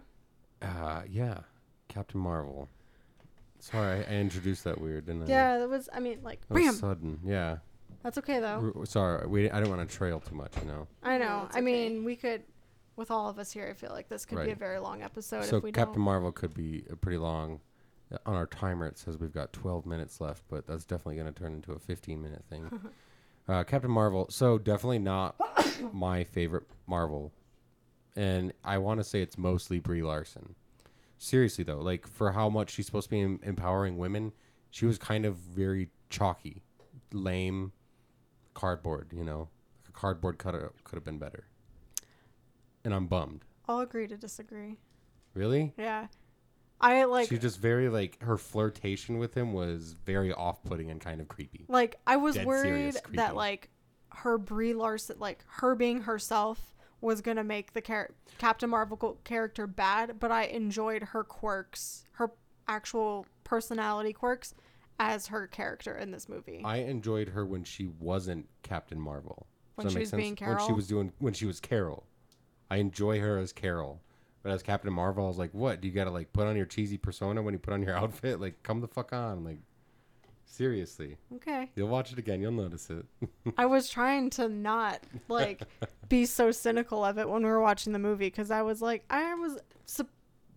Speaker 1: Uh, yeah. Captain Marvel. Sorry, I, I introduced that weird, didn't I?
Speaker 2: Yeah, that was. I mean, like,
Speaker 1: That was
Speaker 2: bam. Oh.
Speaker 1: sudden. Yeah.
Speaker 2: That's okay though.
Speaker 1: R- sorry. We, I don't want to trail too much, you know.
Speaker 2: I
Speaker 3: No,
Speaker 2: know.
Speaker 3: it's
Speaker 2: I
Speaker 3: okay.
Speaker 2: mean, we could, with all of us here, I feel like this could be a
Speaker 1: Right.
Speaker 2: very long episode
Speaker 1: So
Speaker 2: if we
Speaker 1: Captain
Speaker 2: don't.
Speaker 1: Marvel could be uh, pretty long. Uh, On our timer, it says we've got 12 minutes left, but that's definitely going to turn into a 15 minute thing. uh, Captain Marvel. So definitely not my favorite Marvel, and I want to say it's mostly Brie Larson. Seriously though, like for how much she's supposed to be em- empowering women, she was kind of very chalky, lame, cardboard. You know, a cardboard cutout could have been better. And I'm bummed.
Speaker 2: I'll agree to disagree.
Speaker 1: Really?
Speaker 2: Yeah, I like.
Speaker 1: she was just very like her flirtation with him was very off-putting and kind of creepy.
Speaker 2: Like I was
Speaker 1: Dead
Speaker 2: worried
Speaker 1: serious,
Speaker 2: that
Speaker 1: creepy.
Speaker 2: like her Brie Larson, like her being herself, was gonna make the char- Captain Marvel co- character bad. But I enjoyed her quirks, her actual personality quirks, as her character in this movie.
Speaker 1: I enjoyed her when she wasn't Captain Marvel.
Speaker 2: When
Speaker 1: Does that
Speaker 2: she
Speaker 1: make
Speaker 2: was
Speaker 1: sense?
Speaker 2: being
Speaker 1: when she
Speaker 2: Carol?
Speaker 1: was doing when she was Carol. I enjoy her as Carol, but as Captain Marvel, I was like, "What? Do you gotta like put on your cheesy persona when you put on your outfit? Like, come the fuck on! Like, seriously,
Speaker 2: okay,
Speaker 1: you'll watch it again, you'll notice it."
Speaker 2: I was trying to not like be so cynical of it when we were watching the movie because I was like, I was. Su-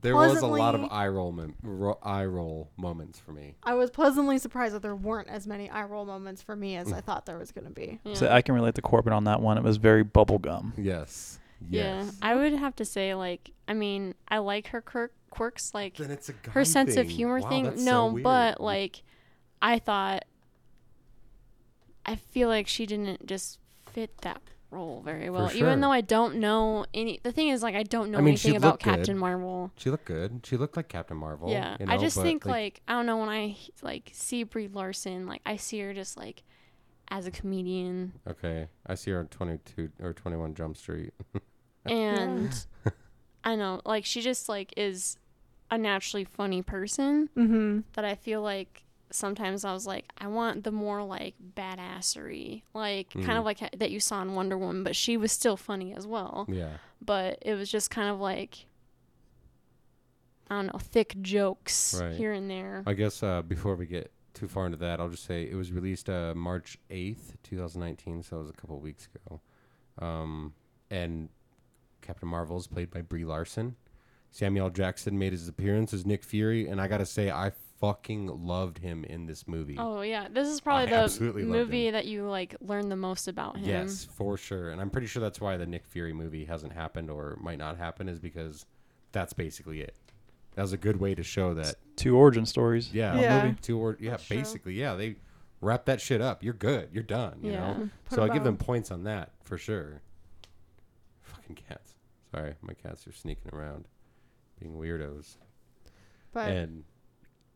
Speaker 1: There was a lot of
Speaker 2: Pleasantly-
Speaker 1: eye roll, mom- ro- eye roll moments for me.
Speaker 2: I was pleasantly surprised that there weren't as many eye roll moments for me
Speaker 1: Mm.
Speaker 2: as I thought there was going to be.
Speaker 3: yeah.
Speaker 4: So I can relate to Corbin on that one. It was very bubblegum.
Speaker 1: Yes,
Speaker 3: yeah,
Speaker 1: yes.
Speaker 3: I would have to say, like, I mean, I like her quirk- quirks, like
Speaker 1: Then it's a guy
Speaker 3: her sense of
Speaker 1: thing.
Speaker 3: humor
Speaker 1: Wow,
Speaker 3: thing.
Speaker 1: that's so
Speaker 3: No,
Speaker 1: weird.
Speaker 3: but like, I thought, I feel like she didn't just fit that role very well.
Speaker 1: sure.
Speaker 3: Even though I don't know any. The thing is, like, I don't know
Speaker 1: I mean, she
Speaker 3: anything about
Speaker 1: looked good.
Speaker 3: Captain Marvel.
Speaker 1: She looked good. She looked like Captain Marvel.
Speaker 3: Yeah,
Speaker 1: you
Speaker 3: I
Speaker 1: know,
Speaker 3: just
Speaker 1: but,
Speaker 3: think like, I don't know when I like see Brie Larson, like I see her just like as a comedian,
Speaker 1: okay, I see her on twenty two or twenty one Jump Street.
Speaker 3: and I know like she just like is a naturally funny person
Speaker 2: Mm-hmm.
Speaker 3: that I feel like sometimes I was like, I want the more like badassery, like kind
Speaker 1: Mhm.
Speaker 3: of like ha- that you saw in Wonder Woman, but she was still funny as well.
Speaker 1: Yeah.
Speaker 3: But it was just kind of like, I don't know, thick jokes
Speaker 1: Right.
Speaker 3: here and there.
Speaker 1: I guess uh, before we get too far into that, I'll just say it was released uh, March 8th, 2019, so it was a couple weeks ago. Um, and Captain Marvel is played by Brie Larson. Samuel Jackson made his appearance as Nick Fury, and I gotta say, I fucking loved him in this movie.
Speaker 3: Oh yeah, this is probably
Speaker 1: I
Speaker 3: the
Speaker 1: absolutely loved
Speaker 3: movie that you like learn the most about him.
Speaker 1: Yes,
Speaker 2: Mm-hmm.
Speaker 1: for sure. And I'm pretty sure that's why the Nick Fury movie hasn't happened or might not happen, is because that's basically it. That was a good way to show that
Speaker 4: Two origin stories.
Speaker 1: Yeah,
Speaker 2: Yeah.
Speaker 1: movie. Two or yeah,
Speaker 2: That's true.
Speaker 1: basically, yeah. They wrap that shit up. You're good. You're done. You
Speaker 3: Yeah.
Speaker 1: know.
Speaker 2: Put
Speaker 1: so
Speaker 2: a
Speaker 1: I give
Speaker 2: bow.
Speaker 1: them points on that for sure. Fucking cats. Sorry, my cats are sneaking around, being weirdos.
Speaker 2: But
Speaker 1: and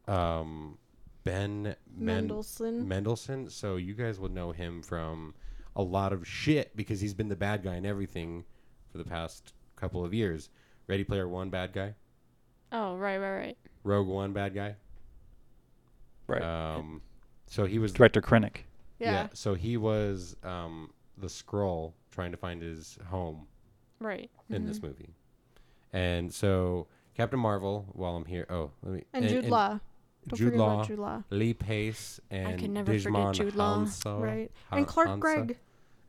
Speaker 1: um, Ben Men-
Speaker 2: Mendelsohn.
Speaker 1: Mendelsohn. So you guys will know him from a lot of shit because he's been the bad guy in everything for the past couple of years. Ready Player One bad guy,
Speaker 3: Oh right, right, right.
Speaker 1: Rogue One bad guy.
Speaker 4: Right.
Speaker 1: Um, so he was
Speaker 4: Director Krennic.
Speaker 2: yeah.
Speaker 1: So he was um, the scroll trying to find his home
Speaker 3: Right.
Speaker 1: in this
Speaker 2: Mm-hmm.
Speaker 1: movie, and so Captain Marvel. While I'm here, oh, let me
Speaker 2: And Jude Law. Don't
Speaker 1: Jude
Speaker 2: forget
Speaker 1: Law,
Speaker 2: about Jude Law.
Speaker 1: Lee Pace, and
Speaker 3: can never forget
Speaker 1: Digimon
Speaker 3: Jude Law.
Speaker 1: Hansa-
Speaker 2: right.
Speaker 1: Han-
Speaker 2: and Clark
Speaker 1: Hansa.
Speaker 2: Gregg.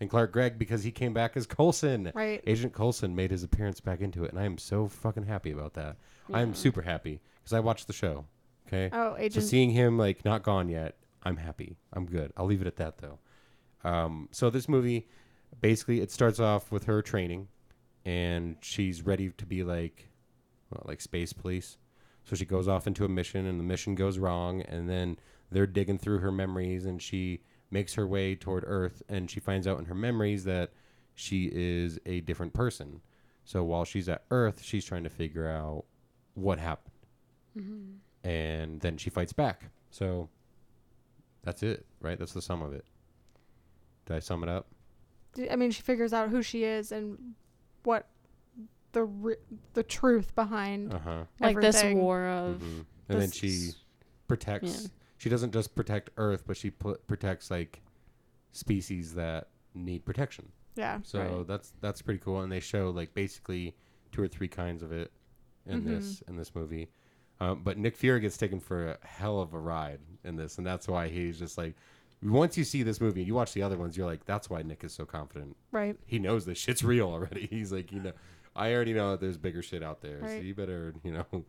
Speaker 1: and Clark Gregg because he came back as Coulson.
Speaker 2: Right.
Speaker 1: Agent Coulson made his appearance back into it, and I am so fucking happy about that. I am super happy because I watched the show. Okay.
Speaker 2: Oh,
Speaker 1: So
Speaker 2: Agent.
Speaker 1: seeing him like not gone yet, I'm happy. I'm good. I'll leave it at that though. Um, so this movie, basically, it starts off with her training, and she's ready to be like, well, like space police. So she goes off into a mission, and the mission goes wrong, and then they're digging through her memories, and she makes her way toward Earth, and she finds out in her memories that she is a different person. So while she's at Earth, she's trying to figure out what happened
Speaker 3: Mm-hmm.
Speaker 1: and then she fights back. So that's it, right? That's the sum of it. Did I sum it up?
Speaker 2: I mean, she figures out who she is and what the re- the truth behind.
Speaker 1: Uh huh.
Speaker 3: Like this
Speaker 2: everything.
Speaker 3: war Mm-hmm. of
Speaker 1: hmm And then
Speaker 3: this
Speaker 1: she
Speaker 3: is-
Speaker 1: protects.
Speaker 3: yeah.
Speaker 1: She doesn't just protect Earth, but she pl- protects like species that need protection.
Speaker 2: Yeah.
Speaker 1: So
Speaker 3: Right.
Speaker 1: that's that's pretty cool. And they show like basically two or three kinds of it in
Speaker 2: Mhm.
Speaker 1: this in this movie. Um, but Nick Fury gets taken for a hell of a ride in this, and that's why he's just like. Once you see this movie and you watch the other ones, you're like, that's why Nick is so confident.
Speaker 2: Right.
Speaker 1: He knows this shit's real already. He's like, you know, I already know that there's bigger shit out there, so
Speaker 2: Right.
Speaker 1: you better, you know,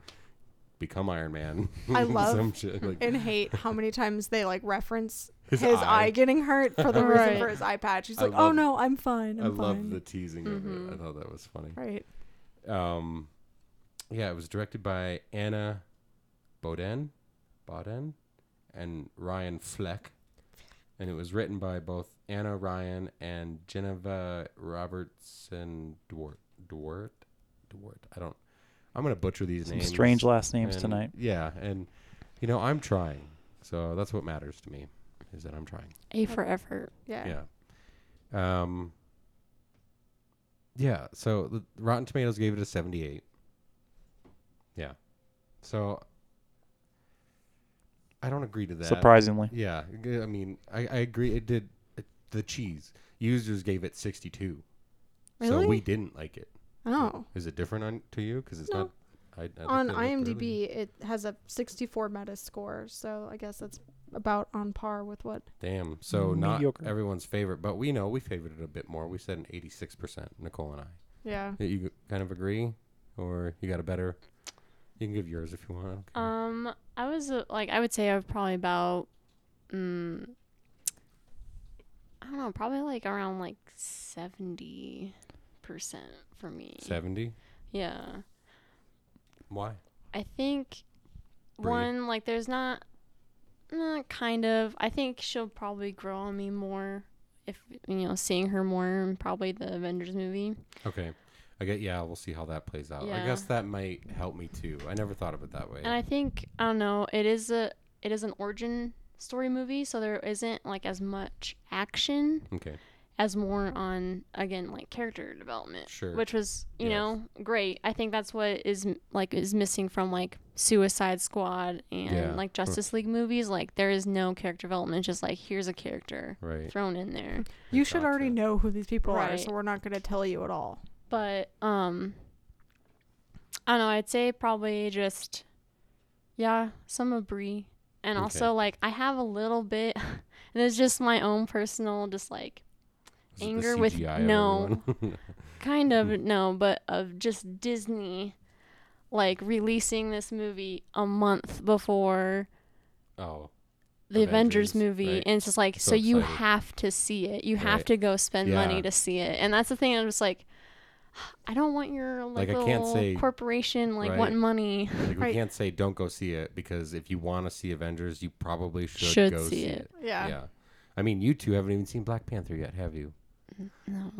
Speaker 1: become Iron Man.
Speaker 2: I love
Speaker 1: some shit. Like,
Speaker 2: And hate how many times they like reference
Speaker 1: His
Speaker 2: his,
Speaker 1: eye.
Speaker 2: eye. getting hurt for the reason
Speaker 3: Right.
Speaker 2: for his eye patch. He's
Speaker 1: I
Speaker 2: like, "Oh
Speaker 1: love-
Speaker 2: no, I'm
Speaker 1: I
Speaker 2: fine. I'm fine." Mm-hmm.
Speaker 1: love the teasing of
Speaker 3: Mhm.
Speaker 1: it. I thought that was funny.
Speaker 2: right.
Speaker 1: Um, yeah, it was directed by Anna Boden, Boden, and Ryan Fleck, and it was written by both Anna Ryan and Geneva Robertson Dwart. Dwart. Dwart. I don't. I'm gonna butcher these
Speaker 4: Some
Speaker 1: names.
Speaker 4: strange last names
Speaker 1: and-
Speaker 4: tonight.
Speaker 1: Yeah, and you know I'm trying, so that's what matters to me, is that I'm trying.
Speaker 3: A for effort.
Speaker 2: Yeah.
Speaker 1: Yeah. Um. Yeah. So the Rotten Tomatoes gave it a seventy-eight. Yeah. So I don't agree to that.
Speaker 4: Surprisingly.
Speaker 1: Yeah. g- I mean, I, I agree. It did it, the cheese. Users gave it sixty-two. So
Speaker 2: Really?
Speaker 1: we didn't like it.
Speaker 2: Oh.
Speaker 1: Is it different on to you? Because it's
Speaker 2: No.
Speaker 1: not. I, I looked
Speaker 2: On
Speaker 1: it up earlier.
Speaker 2: IMDb, it has a 64 meta score, so I guess that's about on par with what.
Speaker 1: Damn. So not
Speaker 4: Mediocre.
Speaker 1: everyone's favorite, but we know we favored it a bit more. We said an eighty-six percent. Nicole and I.
Speaker 2: Yeah.
Speaker 1: that you kind of agree, or you got a better. You can give yours if you want. I don't care.
Speaker 3: Um, I was uh, like, I would say I was probably about, mm, I don't know, probably like around like seventy percent for me.
Speaker 1: Seventy.
Speaker 3: Yeah,
Speaker 1: Why?
Speaker 3: I think
Speaker 1: Bree?
Speaker 3: one like there's not, uh, kind of. I think she'll probably grow on me more if you know seeing her more in probably the Avengers movie.
Speaker 1: Okay. I get. Yeah, we'll see how that plays out. I
Speaker 3: Yeah.
Speaker 1: guess that might help me too. I never thought of it that way.
Speaker 3: And I think I don't know. It is a it is an origin story movie, so there isn't like as much action.
Speaker 1: okay.
Speaker 3: as more on again like character development,
Speaker 1: Sure.
Speaker 3: which was you
Speaker 1: Yes.
Speaker 3: know great. I think that's what is m- like is missing from like Suicide Squad and
Speaker 1: Yeah.
Speaker 3: like
Speaker 1: Huh.
Speaker 3: Justice League movies. Like there is no character development. It's just like here's a character
Speaker 1: Right.
Speaker 3: thrown in there.
Speaker 2: You should already
Speaker 1: Gotcha.
Speaker 2: know who these people are,
Speaker 3: Right.
Speaker 2: so we're not going to tell you at all.
Speaker 3: but um i don't know i'd say probably just yeah some of brie and
Speaker 1: Okay.
Speaker 3: also like i have a little bit and it's just my own personal just like
Speaker 1: Is it the
Speaker 3: anger with-
Speaker 1: CGI of
Speaker 3: no.
Speaker 1: everyone?
Speaker 3: kind of
Speaker 1: Mm-hmm.
Speaker 3: no but of just disney like releasing this movie a month before
Speaker 1: oh,
Speaker 3: the Avengers,
Speaker 1: Avengers,
Speaker 3: movie,
Speaker 1: right.
Speaker 3: and it's just like, so,
Speaker 1: So
Speaker 3: you
Speaker 1: excited.
Speaker 3: have to see it. You have
Speaker 1: Right.
Speaker 3: to go spend money
Speaker 1: Yeah.
Speaker 3: to see it, and that's the thing. I'm just like, I don't want your
Speaker 1: Like,
Speaker 3: like,
Speaker 1: I
Speaker 3: little
Speaker 1: can't say-
Speaker 3: corporation like
Speaker 1: right.
Speaker 3: wanting money.
Speaker 1: like we
Speaker 2: Right.
Speaker 1: can't say don't go see it because if you want to see Avengers, you probably should,
Speaker 3: Should
Speaker 1: go
Speaker 3: see
Speaker 1: see
Speaker 3: it.
Speaker 1: it.
Speaker 2: Yeah.
Speaker 1: Yeah. I mean, you two haven't even seen Black Panther yet, have you?
Speaker 3: Mm-hmm. No,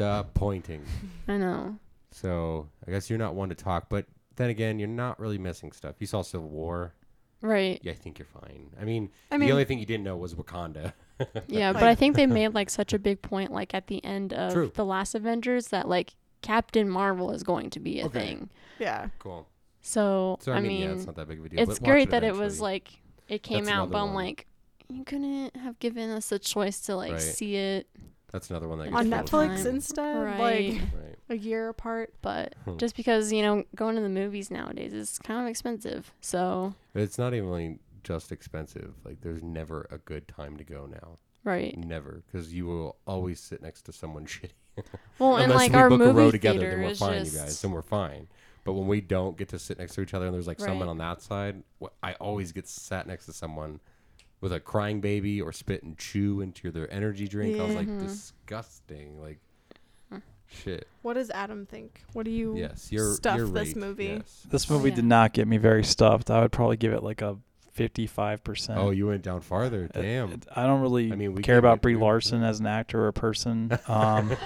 Speaker 1: Disappointing.
Speaker 3: I know.
Speaker 1: So I guess you're not one to talk, but then again, you're not really missing stuff. You saw Civil War.
Speaker 3: Right.
Speaker 1: Yeah, I think you're fine. I mean,
Speaker 2: I mean,
Speaker 1: the only thing you didn't know was Wakanda.
Speaker 3: Yeah, but
Speaker 2: Like-
Speaker 3: I think they made like such a big point like at the end of
Speaker 1: True.
Speaker 3: the last Avengers that like Captain Marvel is going to be a
Speaker 1: Okay.
Speaker 3: thing.
Speaker 2: yeah.
Speaker 1: cool.
Speaker 3: So,
Speaker 1: So I, mean, yeah, it's not that big of a deal.
Speaker 3: it's
Speaker 1: but watch
Speaker 3: great that it was
Speaker 1: eventually.
Speaker 3: like it came
Speaker 1: That's
Speaker 3: out, but
Speaker 1: another
Speaker 3: I'm
Speaker 1: one.
Speaker 3: like you couldn't have given us a choice to like
Speaker 1: Right.
Speaker 3: see it,
Speaker 1: that's another one that
Speaker 2: On
Speaker 1: gets
Speaker 3: different
Speaker 2: Netflix
Speaker 1: time.
Speaker 2: instead,
Speaker 3: right?
Speaker 2: like
Speaker 1: Right.
Speaker 2: a year apart.
Speaker 3: but
Speaker 1: Hmm.
Speaker 3: just because you know going to the movies nowadays is kind of expensive, so
Speaker 1: But It's not even like, just expensive. Like there's never a good time to go now.
Speaker 3: right.
Speaker 1: Never, because you will always sit next to someone shitty.
Speaker 3: Well, and
Speaker 1: Unless
Speaker 3: like
Speaker 1: we
Speaker 3: our
Speaker 1: book a row
Speaker 3: movie
Speaker 1: together,
Speaker 3: theater
Speaker 1: then we're
Speaker 3: is
Speaker 1: fine,
Speaker 3: just
Speaker 1: you guys. Then we're fine. But when we don't get to sit next to each other, and there's like someone
Speaker 3: Right.
Speaker 1: on that side, wh- I always get sat next to someone with a crying baby or spit and chew into their energy drink. I was like,
Speaker 3: Mhm.
Speaker 1: disgusting. Like,
Speaker 3: Mm-hmm.
Speaker 1: shit.
Speaker 2: What does Adam think? What do you?
Speaker 1: Yes, you're.
Speaker 2: stuff
Speaker 1: you're
Speaker 2: this
Speaker 1: right.
Speaker 2: movie.
Speaker 1: Yes.
Speaker 4: This movie
Speaker 3: Oh, Yeah.
Speaker 4: did not get me very stuffed. I would probably give it like a 55%.
Speaker 1: Oh, you went down farther.
Speaker 4: It-
Speaker 1: Damn.
Speaker 4: it- I don't really
Speaker 1: I mean, we
Speaker 4: care
Speaker 1: gave
Speaker 4: about
Speaker 1: it-
Speaker 4: Brie
Speaker 1: we-
Speaker 4: Larson as an actor or a person. Um,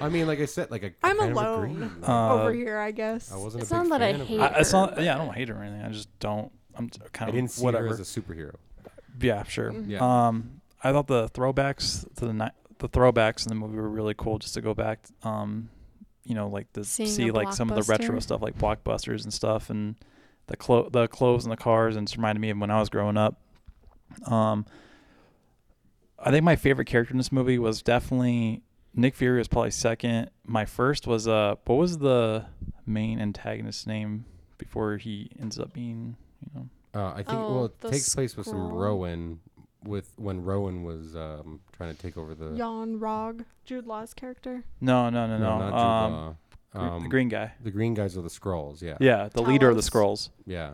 Speaker 1: I mean, like I said, like I, I
Speaker 2: I'm
Speaker 1: kind of
Speaker 2: alone.
Speaker 1: agreed.
Speaker 4: Uh,
Speaker 2: over here, I guess.
Speaker 1: I wasn't.
Speaker 3: It's
Speaker 1: a big
Speaker 3: not that I
Speaker 1: fan of
Speaker 3: hate
Speaker 1: her.
Speaker 4: I, it's not.
Speaker 3: Hater,
Speaker 4: Yeah, I
Speaker 3: but-
Speaker 4: don't hate her or anything. I just don't. I'm t- kind
Speaker 1: I
Speaker 4: of
Speaker 1: didn't see
Speaker 4: whatever.
Speaker 1: her as a superhero.
Speaker 4: yeah, sure.
Speaker 1: Yeah.
Speaker 4: Um, I thought the throwbacks to the ni- the throwbacks in the movie were really cool. Just to go back, um, you know, like to
Speaker 3: Seeing a
Speaker 4: see like some of the retro
Speaker 3: blockbuster.
Speaker 4: stuff, like blockbusters and stuff, and the clo- the clothes and the cars, and it's reminded me of when I was growing up. Um, I think my favorite character in this movie was definitely Nick Fury was probably second. My first was uh, what was the main antagonist's name before he ends up being, you know,
Speaker 1: Uh, I think
Speaker 3: Oh,
Speaker 1: well, it
Speaker 3: the
Speaker 1: takes place with some
Speaker 3: scroll.
Speaker 1: Rowan, with when Rowan was um, trying to take over the
Speaker 2: Jan Rog, Jude Law's character.
Speaker 4: no, no, no, no,
Speaker 1: not
Speaker 4: um,
Speaker 1: Jude
Speaker 4: gr-
Speaker 1: Law. um,
Speaker 4: the green guy.
Speaker 1: the green guys are the scrolls. Yeah,
Speaker 4: Yeah, the leader of the
Speaker 2: Talos.
Speaker 4: scrolls,
Speaker 1: yeah.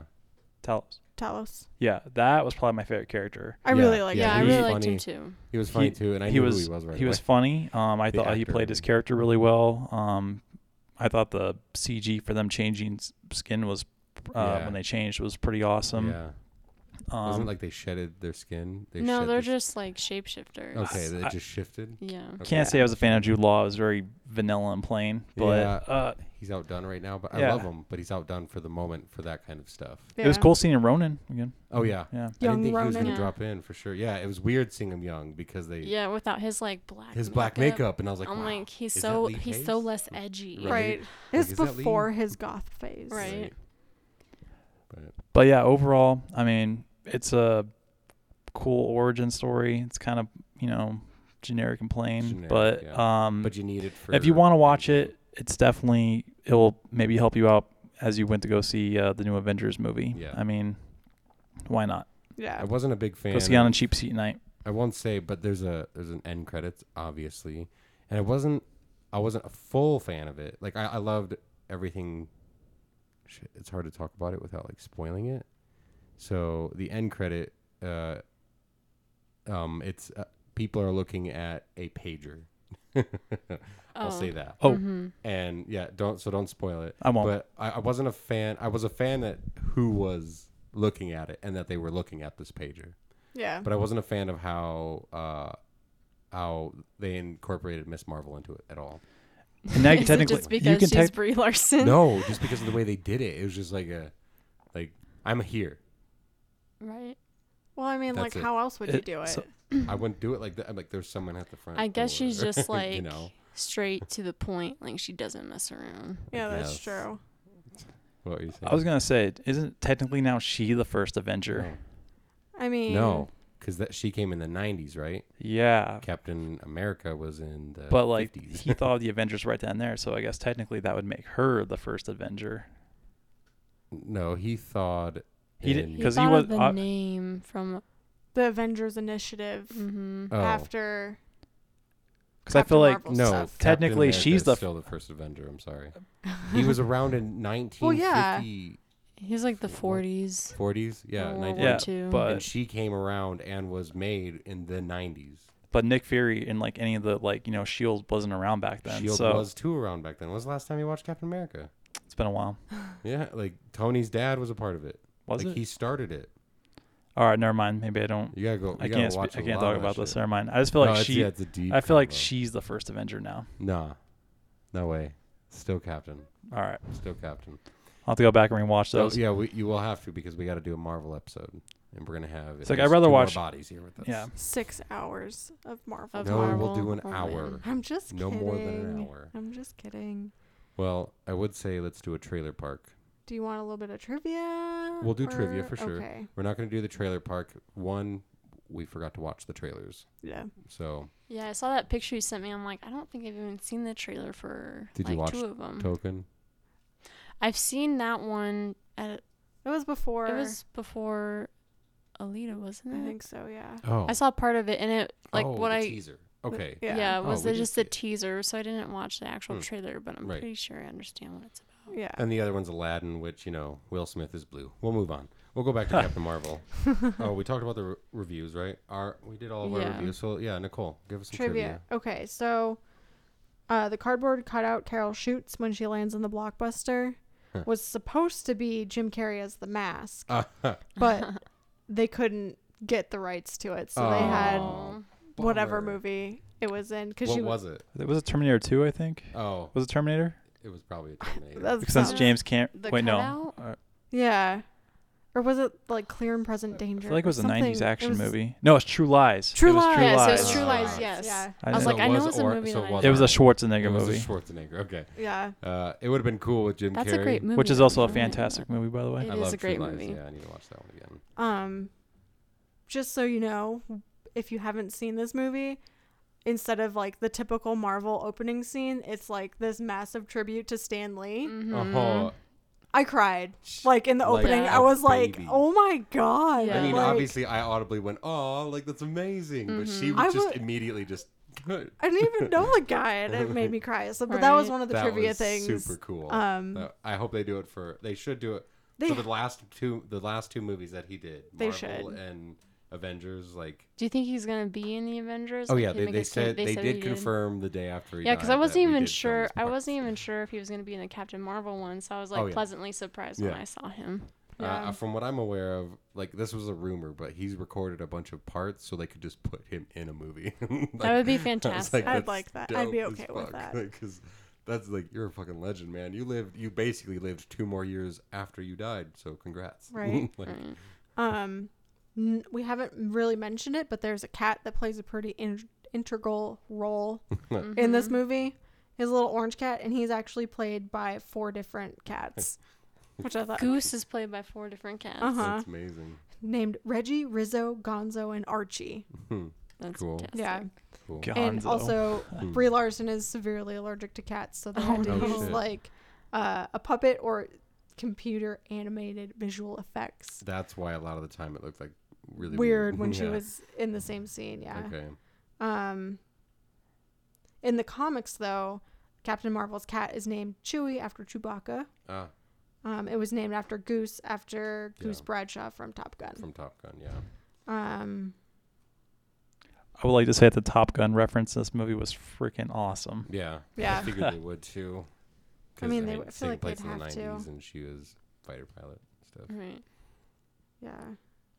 Speaker 4: Talos.
Speaker 2: Talos.
Speaker 4: Yeah, that was probably my favorite character.
Speaker 2: I
Speaker 1: Yeah,
Speaker 2: really like
Speaker 1: Yeah,
Speaker 3: Yeah,
Speaker 1: he
Speaker 3: I
Speaker 2: that.
Speaker 1: was
Speaker 3: really liked him
Speaker 1: funny.
Speaker 3: too.
Speaker 1: He was
Speaker 4: He-
Speaker 1: funny too, and I
Speaker 4: he
Speaker 1: knew
Speaker 4: was-
Speaker 1: who he was right
Speaker 4: he was
Speaker 1: away.
Speaker 4: funny. Um, I
Speaker 1: The
Speaker 4: thought he
Speaker 1: actor.
Speaker 4: played his character really well. Um, I thought the CG for them changing s- skin was uh,
Speaker 1: Yeah.
Speaker 4: when they changed was pretty awesome.
Speaker 1: Yeah,
Speaker 4: Um,
Speaker 1: wasn't it like they shedded their skin. They
Speaker 3: no,
Speaker 1: shed
Speaker 3: they're
Speaker 1: their-
Speaker 3: just like shapeshifters.
Speaker 1: okay. They
Speaker 4: I-
Speaker 1: just shifted.
Speaker 3: Yeah.
Speaker 4: can't
Speaker 1: Okay.
Speaker 4: say I was a fan of Jude Law. It was very vanilla and plain. But
Speaker 1: Yeah.
Speaker 4: uh,
Speaker 1: He's outdone right now, but I
Speaker 4: Yeah.
Speaker 1: love him. But he's outdone for the moment for that kind of stuff.
Speaker 4: it was
Speaker 2: Yeah.
Speaker 4: cool seeing Ronan again.
Speaker 1: Oh yeah,
Speaker 4: Yeah,
Speaker 1: I
Speaker 2: Young
Speaker 1: didn't think he was
Speaker 2: Ronan.
Speaker 1: gonna
Speaker 3: Yeah.
Speaker 1: drop in for sure. Yeah, it was weird seeing him young because they
Speaker 3: Yeah, without his like black
Speaker 1: his black makeup, and I was like,
Speaker 3: I'm
Speaker 1: wow,
Speaker 3: like he's
Speaker 1: is that
Speaker 3: so
Speaker 1: Lee
Speaker 3: he's so
Speaker 1: Pace?
Speaker 3: less edgy.
Speaker 1: Right.
Speaker 2: Right.
Speaker 1: Like,
Speaker 2: It's
Speaker 1: is that Lee?
Speaker 2: before his goth phase.
Speaker 3: Right.
Speaker 1: But
Speaker 4: but yeah, overall, I mean, it's a cool origin story. It's kind of you know generic and plain,
Speaker 1: Generic,
Speaker 4: but
Speaker 1: yeah.
Speaker 4: um,
Speaker 1: but you need it for
Speaker 4: if you want to watch it, it's definitely it will maybe help you out as you went to go see uh, the new Avengers movie.
Speaker 1: Yeah.
Speaker 4: I mean, why not
Speaker 1: I
Speaker 2: Yeah.
Speaker 1: wasn't a big fan.
Speaker 4: go see it on a
Speaker 1: of-
Speaker 4: cheap seat night?
Speaker 1: I won't say, but there's a there's an end credits, obviously, and I wasn't I wasn't a full fan of it. Like I, I loved everything. Shit, it's hard to talk about it without like spoiling it. So the end credit, uh, um, it's uh, people are looking at a pager. I'll say that,
Speaker 2: Mm-hmm.
Speaker 4: Oh,
Speaker 3: hmm
Speaker 1: and yeah, don't so don't spoil it.
Speaker 4: I won't.
Speaker 1: But I, I wasn't a fan. I was a fan that who was looking at it and that they were looking at this pager
Speaker 2: Yeah.
Speaker 4: Mm-hmm.
Speaker 1: but I wasn't a fan of how uh, how they incorporated Miss Marvel into it at all.
Speaker 4: and now you
Speaker 3: Is it
Speaker 4: technically
Speaker 3: just
Speaker 4: you
Speaker 3: because
Speaker 4: can
Speaker 3: she's
Speaker 4: tec-
Speaker 3: Brie Larson?
Speaker 1: no, just because of the way they did it, it was just like a like I'm here.
Speaker 3: Right.
Speaker 2: Well, I mean,
Speaker 1: That's
Speaker 2: like,
Speaker 1: it.
Speaker 2: how else would you
Speaker 4: It-
Speaker 2: do it?
Speaker 4: so-
Speaker 1: I wouldn't do it like that. I'm like, there's someone at the front.
Speaker 3: I guess she's
Speaker 1: door,
Speaker 3: just like
Speaker 1: you know,
Speaker 3: straight to the point. Like she doesn't mess around.
Speaker 2: yeah, that's
Speaker 1: Yes.
Speaker 2: true.
Speaker 1: what you saying?
Speaker 4: I was gonna say, isn't technically now she the first Avenger?
Speaker 1: No.
Speaker 2: I mean,
Speaker 1: No, because that she came in the '90s, right?
Speaker 4: Yeah,
Speaker 1: Captain America was in the
Speaker 4: but like
Speaker 1: 50s.
Speaker 4: he thought of the Avengers right then and there, so I guess technically that would make her the first Avenger.
Speaker 1: no, he thought
Speaker 4: He
Speaker 1: in,
Speaker 4: did- 'Cause he
Speaker 3: thought of
Speaker 4: was-
Speaker 3: the
Speaker 4: I-
Speaker 3: name from.
Speaker 2: the Avengers Initiative
Speaker 3: Mm-hmm.
Speaker 1: Oh,
Speaker 2: after.
Speaker 4: Because I feel like
Speaker 2: Captain Marvel
Speaker 1: no,
Speaker 2: stuff.
Speaker 1: Captain
Speaker 4: Technically,
Speaker 1: America
Speaker 4: she's
Speaker 1: is
Speaker 4: the-
Speaker 1: still the first Avenger. I'm sorry. He was around in 1950s.
Speaker 2: yeah.
Speaker 3: He's like the 40s.
Speaker 1: 40s, yeah,
Speaker 3: World
Speaker 1: 19,
Speaker 3: War
Speaker 4: Yeah,
Speaker 3: Two.
Speaker 4: but-
Speaker 1: and she came around and was made in the 90s.
Speaker 4: but Nick Fury and like any of the like you know Shield E wasn't around back then,
Speaker 1: Shield
Speaker 4: so
Speaker 1: E was too around back then. When was the last time you watched Captain America?
Speaker 4: it's been a while.
Speaker 1: Yeah, like Tony's dad was a part of it.
Speaker 4: Was
Speaker 1: like
Speaker 4: it?
Speaker 1: he started it.
Speaker 4: All right, never mind. Maybe I don't.
Speaker 1: You gotta go. You
Speaker 4: I
Speaker 1: gotta
Speaker 4: can't.
Speaker 1: Watch
Speaker 4: Spe- I
Speaker 1: a
Speaker 4: can't
Speaker 1: lot
Speaker 4: talk
Speaker 1: of that
Speaker 4: about this.
Speaker 1: shit.
Speaker 4: Never mind. I just feel like
Speaker 1: No, it's-
Speaker 4: she.
Speaker 1: yeah, it's a deep
Speaker 4: I feel like
Speaker 1: combo.
Speaker 4: she's the first Avenger now.
Speaker 1: Nah, no way. Still Captain.
Speaker 4: All right,
Speaker 1: Still Captain.
Speaker 4: I'll have to go back and rewatch
Speaker 1: So
Speaker 4: those.
Speaker 1: yeah, we, you will have to because we got to do a Marvel episode, and we're gonna have.
Speaker 4: It's
Speaker 1: at
Speaker 4: like, I'd
Speaker 1: least
Speaker 4: rather
Speaker 1: two more
Speaker 4: watch-
Speaker 1: bodies here with us.
Speaker 4: yeah.
Speaker 2: Six hours of Marvel.
Speaker 3: Of
Speaker 1: No,
Speaker 3: Marvel.
Speaker 1: we'll do an
Speaker 3: Oh,
Speaker 1: hour.
Speaker 3: man.
Speaker 2: I'm just
Speaker 1: No
Speaker 2: kidding.
Speaker 1: more than an hour.
Speaker 2: I'm just kidding.
Speaker 1: Well, I would say let's do a trailer park.
Speaker 2: Do you want a little bit of trivia?
Speaker 1: We'll do trivia
Speaker 2: or-
Speaker 1: for sure.
Speaker 2: Okay.
Speaker 1: We're not gonna do the trailer park. One, we forgot to watch the trailers.
Speaker 2: Yeah.
Speaker 1: So
Speaker 3: Yeah, I saw that picture you sent me. I'm like, I don't think I've even seen the trailer for
Speaker 1: Did you
Speaker 3: like
Speaker 1: watch
Speaker 3: two of them.
Speaker 1: token.
Speaker 3: I've seen that one. At,
Speaker 2: It was before.
Speaker 3: it was before Alita, wasn't it?
Speaker 2: I think so. Yeah.
Speaker 1: Oh,
Speaker 3: I saw part of it, and it like
Speaker 1: oh,
Speaker 3: what
Speaker 1: the
Speaker 3: I
Speaker 1: teaser. Okay.
Speaker 3: yeah,
Speaker 2: Yeah.
Speaker 1: Oh,
Speaker 3: was
Speaker 1: we
Speaker 3: the,
Speaker 1: did
Speaker 3: just
Speaker 1: see
Speaker 3: the
Speaker 1: it.
Speaker 3: teaser. So I didn't watch the actual
Speaker 1: Hmm.
Speaker 3: trailer, but I'm
Speaker 1: Right.
Speaker 3: pretty sure I understand what it's about.
Speaker 2: Yeah.
Speaker 1: And the other one's Aladdin, which you know Will Smith is blue. We'll move on. We'll go back to Captain Marvel. Oh, we talked about the re- reviews, right? Our we did all of our
Speaker 3: Yeah.
Speaker 1: reviews. So yeah, Nicole, give us some trivia.
Speaker 2: trivia. Okay, so uh, the cardboard cutout Carol shoots when she lands in the blockbuster
Speaker 1: Huh.
Speaker 2: was supposed to be Jim Carrey as the mask,
Speaker 1: Uh,
Speaker 2: but they couldn't get the rights to it, so they had
Speaker 1: Oh,
Speaker 2: whatever
Speaker 1: bummer.
Speaker 2: movie it was in because
Speaker 1: What
Speaker 2: she
Speaker 1: was it?
Speaker 4: It was a Terminator 2, I think.
Speaker 1: Oh,
Speaker 4: Was it Terminator?
Speaker 1: it was probably a Terminator.
Speaker 2: That's
Speaker 4: Since
Speaker 2: not-
Speaker 4: James can't.
Speaker 3: The
Speaker 4: Wait, no.
Speaker 3: cutout?
Speaker 4: Uh,
Speaker 2: yeah, or was it like Clear and Present
Speaker 4: I
Speaker 2: Danger?
Speaker 4: feel like it was a
Speaker 2: Something-
Speaker 4: 90s action
Speaker 2: was-
Speaker 4: movie. No, it's True Lies.
Speaker 2: True
Speaker 4: it was
Speaker 2: Lies.
Speaker 4: True
Speaker 3: Yeah, so
Speaker 4: Lies.
Speaker 3: it's True
Speaker 1: Ah.
Speaker 3: Lies. Yes.
Speaker 2: Yeah,
Speaker 4: I
Speaker 3: I was
Speaker 4: know.
Speaker 3: like, I know it's a
Speaker 1: or-
Speaker 3: movie.
Speaker 1: so
Speaker 3: that
Speaker 1: it
Speaker 3: I
Speaker 1: was
Speaker 4: it was a
Speaker 1: Alright.
Speaker 4: Schwarzenegger
Speaker 1: it was
Speaker 4: movie,
Speaker 1: a Schwarzenegger. Okay,
Speaker 2: yeah.
Speaker 1: uh, it would have been cool with Jim
Speaker 3: That's
Speaker 1: Carrey.
Speaker 3: a great movie.
Speaker 4: which is also
Speaker 3: I
Speaker 4: a
Speaker 3: forgot about
Speaker 4: fantastic movie, by the way.
Speaker 3: It
Speaker 1: I
Speaker 3: is
Speaker 1: love
Speaker 3: a great
Speaker 1: True Lies.
Speaker 3: movie.
Speaker 1: Yeah, I need to watch that one again.
Speaker 2: Um, just so you know, if you haven't seen this movie, instead of like the typical Marvel opening scene, it's like this massive tribute to Stan Lee.
Speaker 3: Mhm.
Speaker 1: Oh,
Speaker 2: I cried like in the
Speaker 1: Like
Speaker 2: opening.
Speaker 3: a
Speaker 2: I was
Speaker 1: baby.
Speaker 2: like, oh my god!
Speaker 3: Yeah.
Speaker 1: I mean,
Speaker 2: like,
Speaker 1: obviously, I audibly went, "Oh, like that's amazing," but she
Speaker 3: Mm-hmm.
Speaker 2: I
Speaker 1: just
Speaker 2: would-
Speaker 1: immediately just. Good.
Speaker 2: I didn't even know the guy, and it made me cry. So, but that was
Speaker 3: Right.
Speaker 2: one of the
Speaker 1: that
Speaker 2: trivia
Speaker 1: was
Speaker 2: things.
Speaker 1: Super cool.
Speaker 2: Um,
Speaker 1: That- I hope they do it for. They should do it.
Speaker 2: They-
Speaker 1: so the last two, the last two movies that he did,
Speaker 2: They
Speaker 1: Marvel
Speaker 2: should.
Speaker 1: and Avengers, like.
Speaker 3: Do you think he's gonna be in the Avengers?
Speaker 1: Oh
Speaker 3: Like,
Speaker 1: yeah,
Speaker 3: he
Speaker 1: they,
Speaker 3: make
Speaker 1: they
Speaker 3: his ca-
Speaker 1: said they,
Speaker 3: said he
Speaker 1: did
Speaker 3: did.
Speaker 1: confirm the day after. He
Speaker 3: Yeah, because
Speaker 1: died
Speaker 3: I
Speaker 1: that
Speaker 3: wasn't
Speaker 1: we
Speaker 3: even
Speaker 1: did film
Speaker 3: sure.
Speaker 1: this
Speaker 3: I
Speaker 1: part.
Speaker 3: wasn't even sure if he was gonna be in the Captain Marvel one, so I was like
Speaker 1: Oh, yeah.
Speaker 3: pleasantly surprised
Speaker 1: Yeah.
Speaker 3: when I saw him.
Speaker 1: Uh,
Speaker 2: Yeah.
Speaker 1: from what I'm aware of, like this was a rumor, but he's recorded a bunch of parts, so they could just put him in a movie.
Speaker 3: that would be
Speaker 1: I was
Speaker 3: fantastic.
Speaker 2: I'd
Speaker 1: "That's
Speaker 2: like that. I'd be
Speaker 1: dope as
Speaker 2: okay with
Speaker 1: fuck."
Speaker 2: that.
Speaker 1: Like, 'cause that's like you're a fucking legend, man. You lived, you basically lived two more years after you died. So congrats.
Speaker 2: Right.
Speaker 1: Like,
Speaker 3: Right.
Speaker 2: um, n- we haven't really mentioned it, but there's a cat that plays a pretty in- integral role in this
Speaker 1: Mm-hmm.
Speaker 2: movie. His little orange cat, and he's actually played by four different cats, which I thought
Speaker 3: Goose is played by four different cats.
Speaker 2: Uh-huh.
Speaker 1: That's amazing.
Speaker 2: named Reggie, Rizzo, Gonzo, and Archie.
Speaker 3: That's
Speaker 1: Cool.
Speaker 3: fantastic.
Speaker 2: Yeah,
Speaker 1: Hmm. Cool. Hmm.
Speaker 2: and
Speaker 4: Gonzo.
Speaker 2: also Brie Larson is severely allergic to cats, so they had to
Speaker 1: no. Oh,
Speaker 2: use
Speaker 1: shit.
Speaker 2: like uh, a puppet or computer animated visual effects.
Speaker 1: That's why a lot of the time it looked like really
Speaker 2: weird
Speaker 1: weird,
Speaker 2: when she
Speaker 1: Yeah.
Speaker 2: was in the same scene. Yeah.
Speaker 1: Okay.
Speaker 2: Um, in the comics, though, Captain Marvel's cat is named Chewie after Chewbacca.
Speaker 1: Ah,
Speaker 2: Um, it was named after Goose after Goose
Speaker 1: Yeah.
Speaker 2: Bradshaw from Top Gun.
Speaker 1: from Top Gun. Yeah.
Speaker 2: Um,
Speaker 4: I would like to say the Top Gun reference in this movie was freaking awesome.
Speaker 1: Yeah. I
Speaker 2: Yeah.
Speaker 1: figured they would too.
Speaker 2: I mean,
Speaker 1: 'Cause,
Speaker 2: they
Speaker 1: hey,
Speaker 2: would- I feel
Speaker 1: taking
Speaker 2: like they'd
Speaker 1: place in the
Speaker 2: have to.
Speaker 1: 90s and she was fighter pilot and stuff.
Speaker 3: Right.
Speaker 2: yeah,
Speaker 1: Is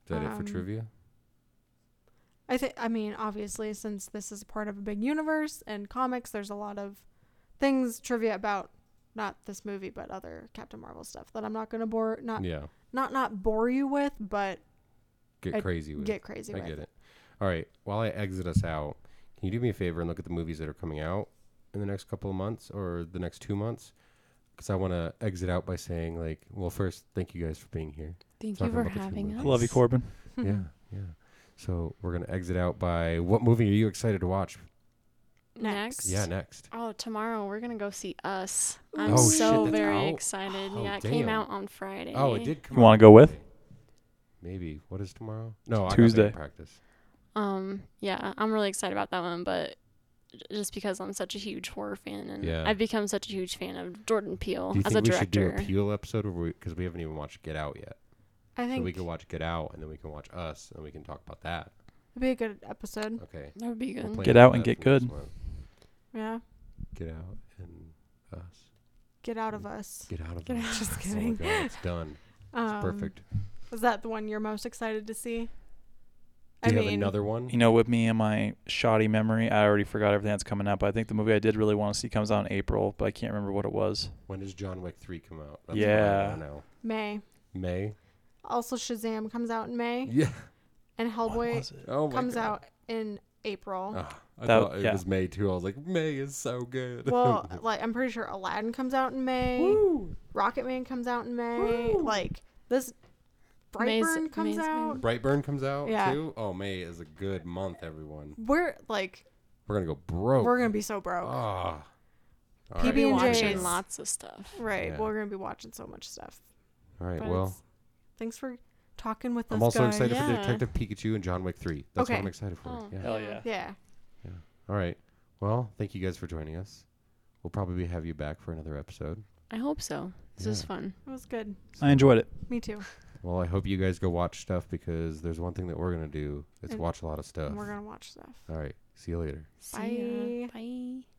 Speaker 1: that it for
Speaker 2: Um,
Speaker 1: trivia?
Speaker 2: I think. I mean, obviously, since this is part of a big universe and comics, there's a lot of things trivia about not this movie but uh, other Captain Marvel stuff that I'm not gonna bore not
Speaker 1: Yeah.
Speaker 2: not not bore you with, but
Speaker 1: get
Speaker 2: I
Speaker 1: crazy with.
Speaker 2: Get crazy
Speaker 1: I
Speaker 2: with.
Speaker 1: get it. All right. While I exit us out, can you do me a favor and look at the movies that are coming out in the next couple of months or the next two months? Because I want to exit out by saying, like, well, first, thank you guys for being here.
Speaker 3: Thank
Speaker 1: Talking
Speaker 3: you for
Speaker 1: about the two
Speaker 3: having
Speaker 1: movies.
Speaker 4: I
Speaker 3: us.
Speaker 4: love you, Corbin.
Speaker 2: Mm-hmm.
Speaker 1: yeah, yeah. So we're gonna exit out by what movie are you excited to watch?
Speaker 3: Next.
Speaker 1: Yeah, next.
Speaker 3: Oh, tomorrow we're gonna go see Us. I'm
Speaker 1: Oh, shit,
Speaker 3: so
Speaker 1: that's
Speaker 3: very
Speaker 1: out?
Speaker 3: excited.
Speaker 1: Oh,
Speaker 3: yeah, it came
Speaker 1: damn.
Speaker 3: out on Friday.
Speaker 1: Oh, it did. Come out
Speaker 4: You wanna go with?
Speaker 1: Friday. Maybe. What is tomorrow? No, I got
Speaker 4: Tuesday.
Speaker 1: band practice.
Speaker 3: Um, yeah, I'm really excited about that one, but j- just because I'm such a huge horror fan and
Speaker 1: Yeah.
Speaker 3: I've become such a huge fan of Jordan Peele
Speaker 1: Do you
Speaker 3: as
Speaker 1: think
Speaker 3: a
Speaker 1: we should do
Speaker 3: director.
Speaker 1: a Peel episode, or because we, haven't even watched Get Out yet,
Speaker 2: I
Speaker 1: so
Speaker 2: think
Speaker 1: we can watch Get Out, and then we can watch Us, and we can talk about that.
Speaker 2: it'd be a good episode.
Speaker 1: Okay.
Speaker 3: that would be
Speaker 1: we'll
Speaker 3: good.
Speaker 1: plan
Speaker 4: Get
Speaker 1: for
Speaker 4: Out and
Speaker 1: that
Speaker 4: Get
Speaker 1: for next
Speaker 4: Good.
Speaker 1: one.
Speaker 2: Yeah.
Speaker 1: Get Out and Us.
Speaker 2: Get out of us.
Speaker 1: Get out of
Speaker 2: Get
Speaker 1: Us.
Speaker 2: out. Just
Speaker 1: Oh my
Speaker 2: kidding.
Speaker 1: god, it's done. Mm. It's
Speaker 2: Um,
Speaker 1: perfect.
Speaker 2: Is that the one you're most excited to see?
Speaker 1: Do you
Speaker 2: I
Speaker 1: have
Speaker 2: mean,
Speaker 1: another one?
Speaker 4: You know, with me and my shoddy memory, I already forgot everything that's coming out. But I think the movie I did really want to see comes out in April, but I can't remember what it was.
Speaker 1: When does John Wick three come out? what I
Speaker 4: Yeah.
Speaker 1: wanna know.
Speaker 2: May.
Speaker 1: May.
Speaker 2: Also, Shazam comes out in May,
Speaker 1: Yeah.
Speaker 2: and
Speaker 4: What
Speaker 2: Hellboy
Speaker 4: was it?
Speaker 1: Oh my
Speaker 2: comes
Speaker 1: god.
Speaker 2: out in April.
Speaker 1: Ah, I
Speaker 4: That-
Speaker 1: thought it
Speaker 4: yeah.
Speaker 1: was May too. I was like, May is so good.
Speaker 2: Well, like I'm pretty sure Aladdin comes out in May. Rocket Man comes out in May. Like this,
Speaker 3: May's-
Speaker 2: Brightburn comes
Speaker 3: May's May.
Speaker 2: out.
Speaker 1: Brightburn comes out
Speaker 2: Yeah.
Speaker 1: too. Oh, May is a good month, everyone.
Speaker 2: We're like
Speaker 1: We're gonna go broke.
Speaker 2: we're gonna be so broke,
Speaker 1: ah. All
Speaker 3: We'll be
Speaker 2: PB&Js.
Speaker 3: watching lots of stuff.
Speaker 2: right?
Speaker 1: Yeah.
Speaker 2: We're gonna be watching so much stuff.
Speaker 1: All right.
Speaker 3: but
Speaker 1: Well,
Speaker 3: it's-
Speaker 2: Thanks for talking with us.
Speaker 1: I'm also
Speaker 2: guys.
Speaker 1: excited
Speaker 3: Yeah.
Speaker 1: for Detective Pikachu and John Wick three. That's what
Speaker 2: Okay.
Speaker 1: I'm excited for.
Speaker 3: Oh.
Speaker 1: Yeah.
Speaker 4: Hell yeah.
Speaker 2: Yeah.
Speaker 1: All right. Well, thank you guys for joining us. We'll probably have you back for another episode.
Speaker 3: I hope so. This was
Speaker 1: Yeah.
Speaker 3: fun.
Speaker 2: It was good.
Speaker 4: I enjoyed it.
Speaker 2: Me too.
Speaker 1: Well, I hope you guys go watch stuff because there's one thing that we're gonna do. It's
Speaker 2: And-
Speaker 1: watch a lot of stuff.
Speaker 2: And we're gonna watch stuff.
Speaker 1: All right. See you later.
Speaker 3: See ya. Bye.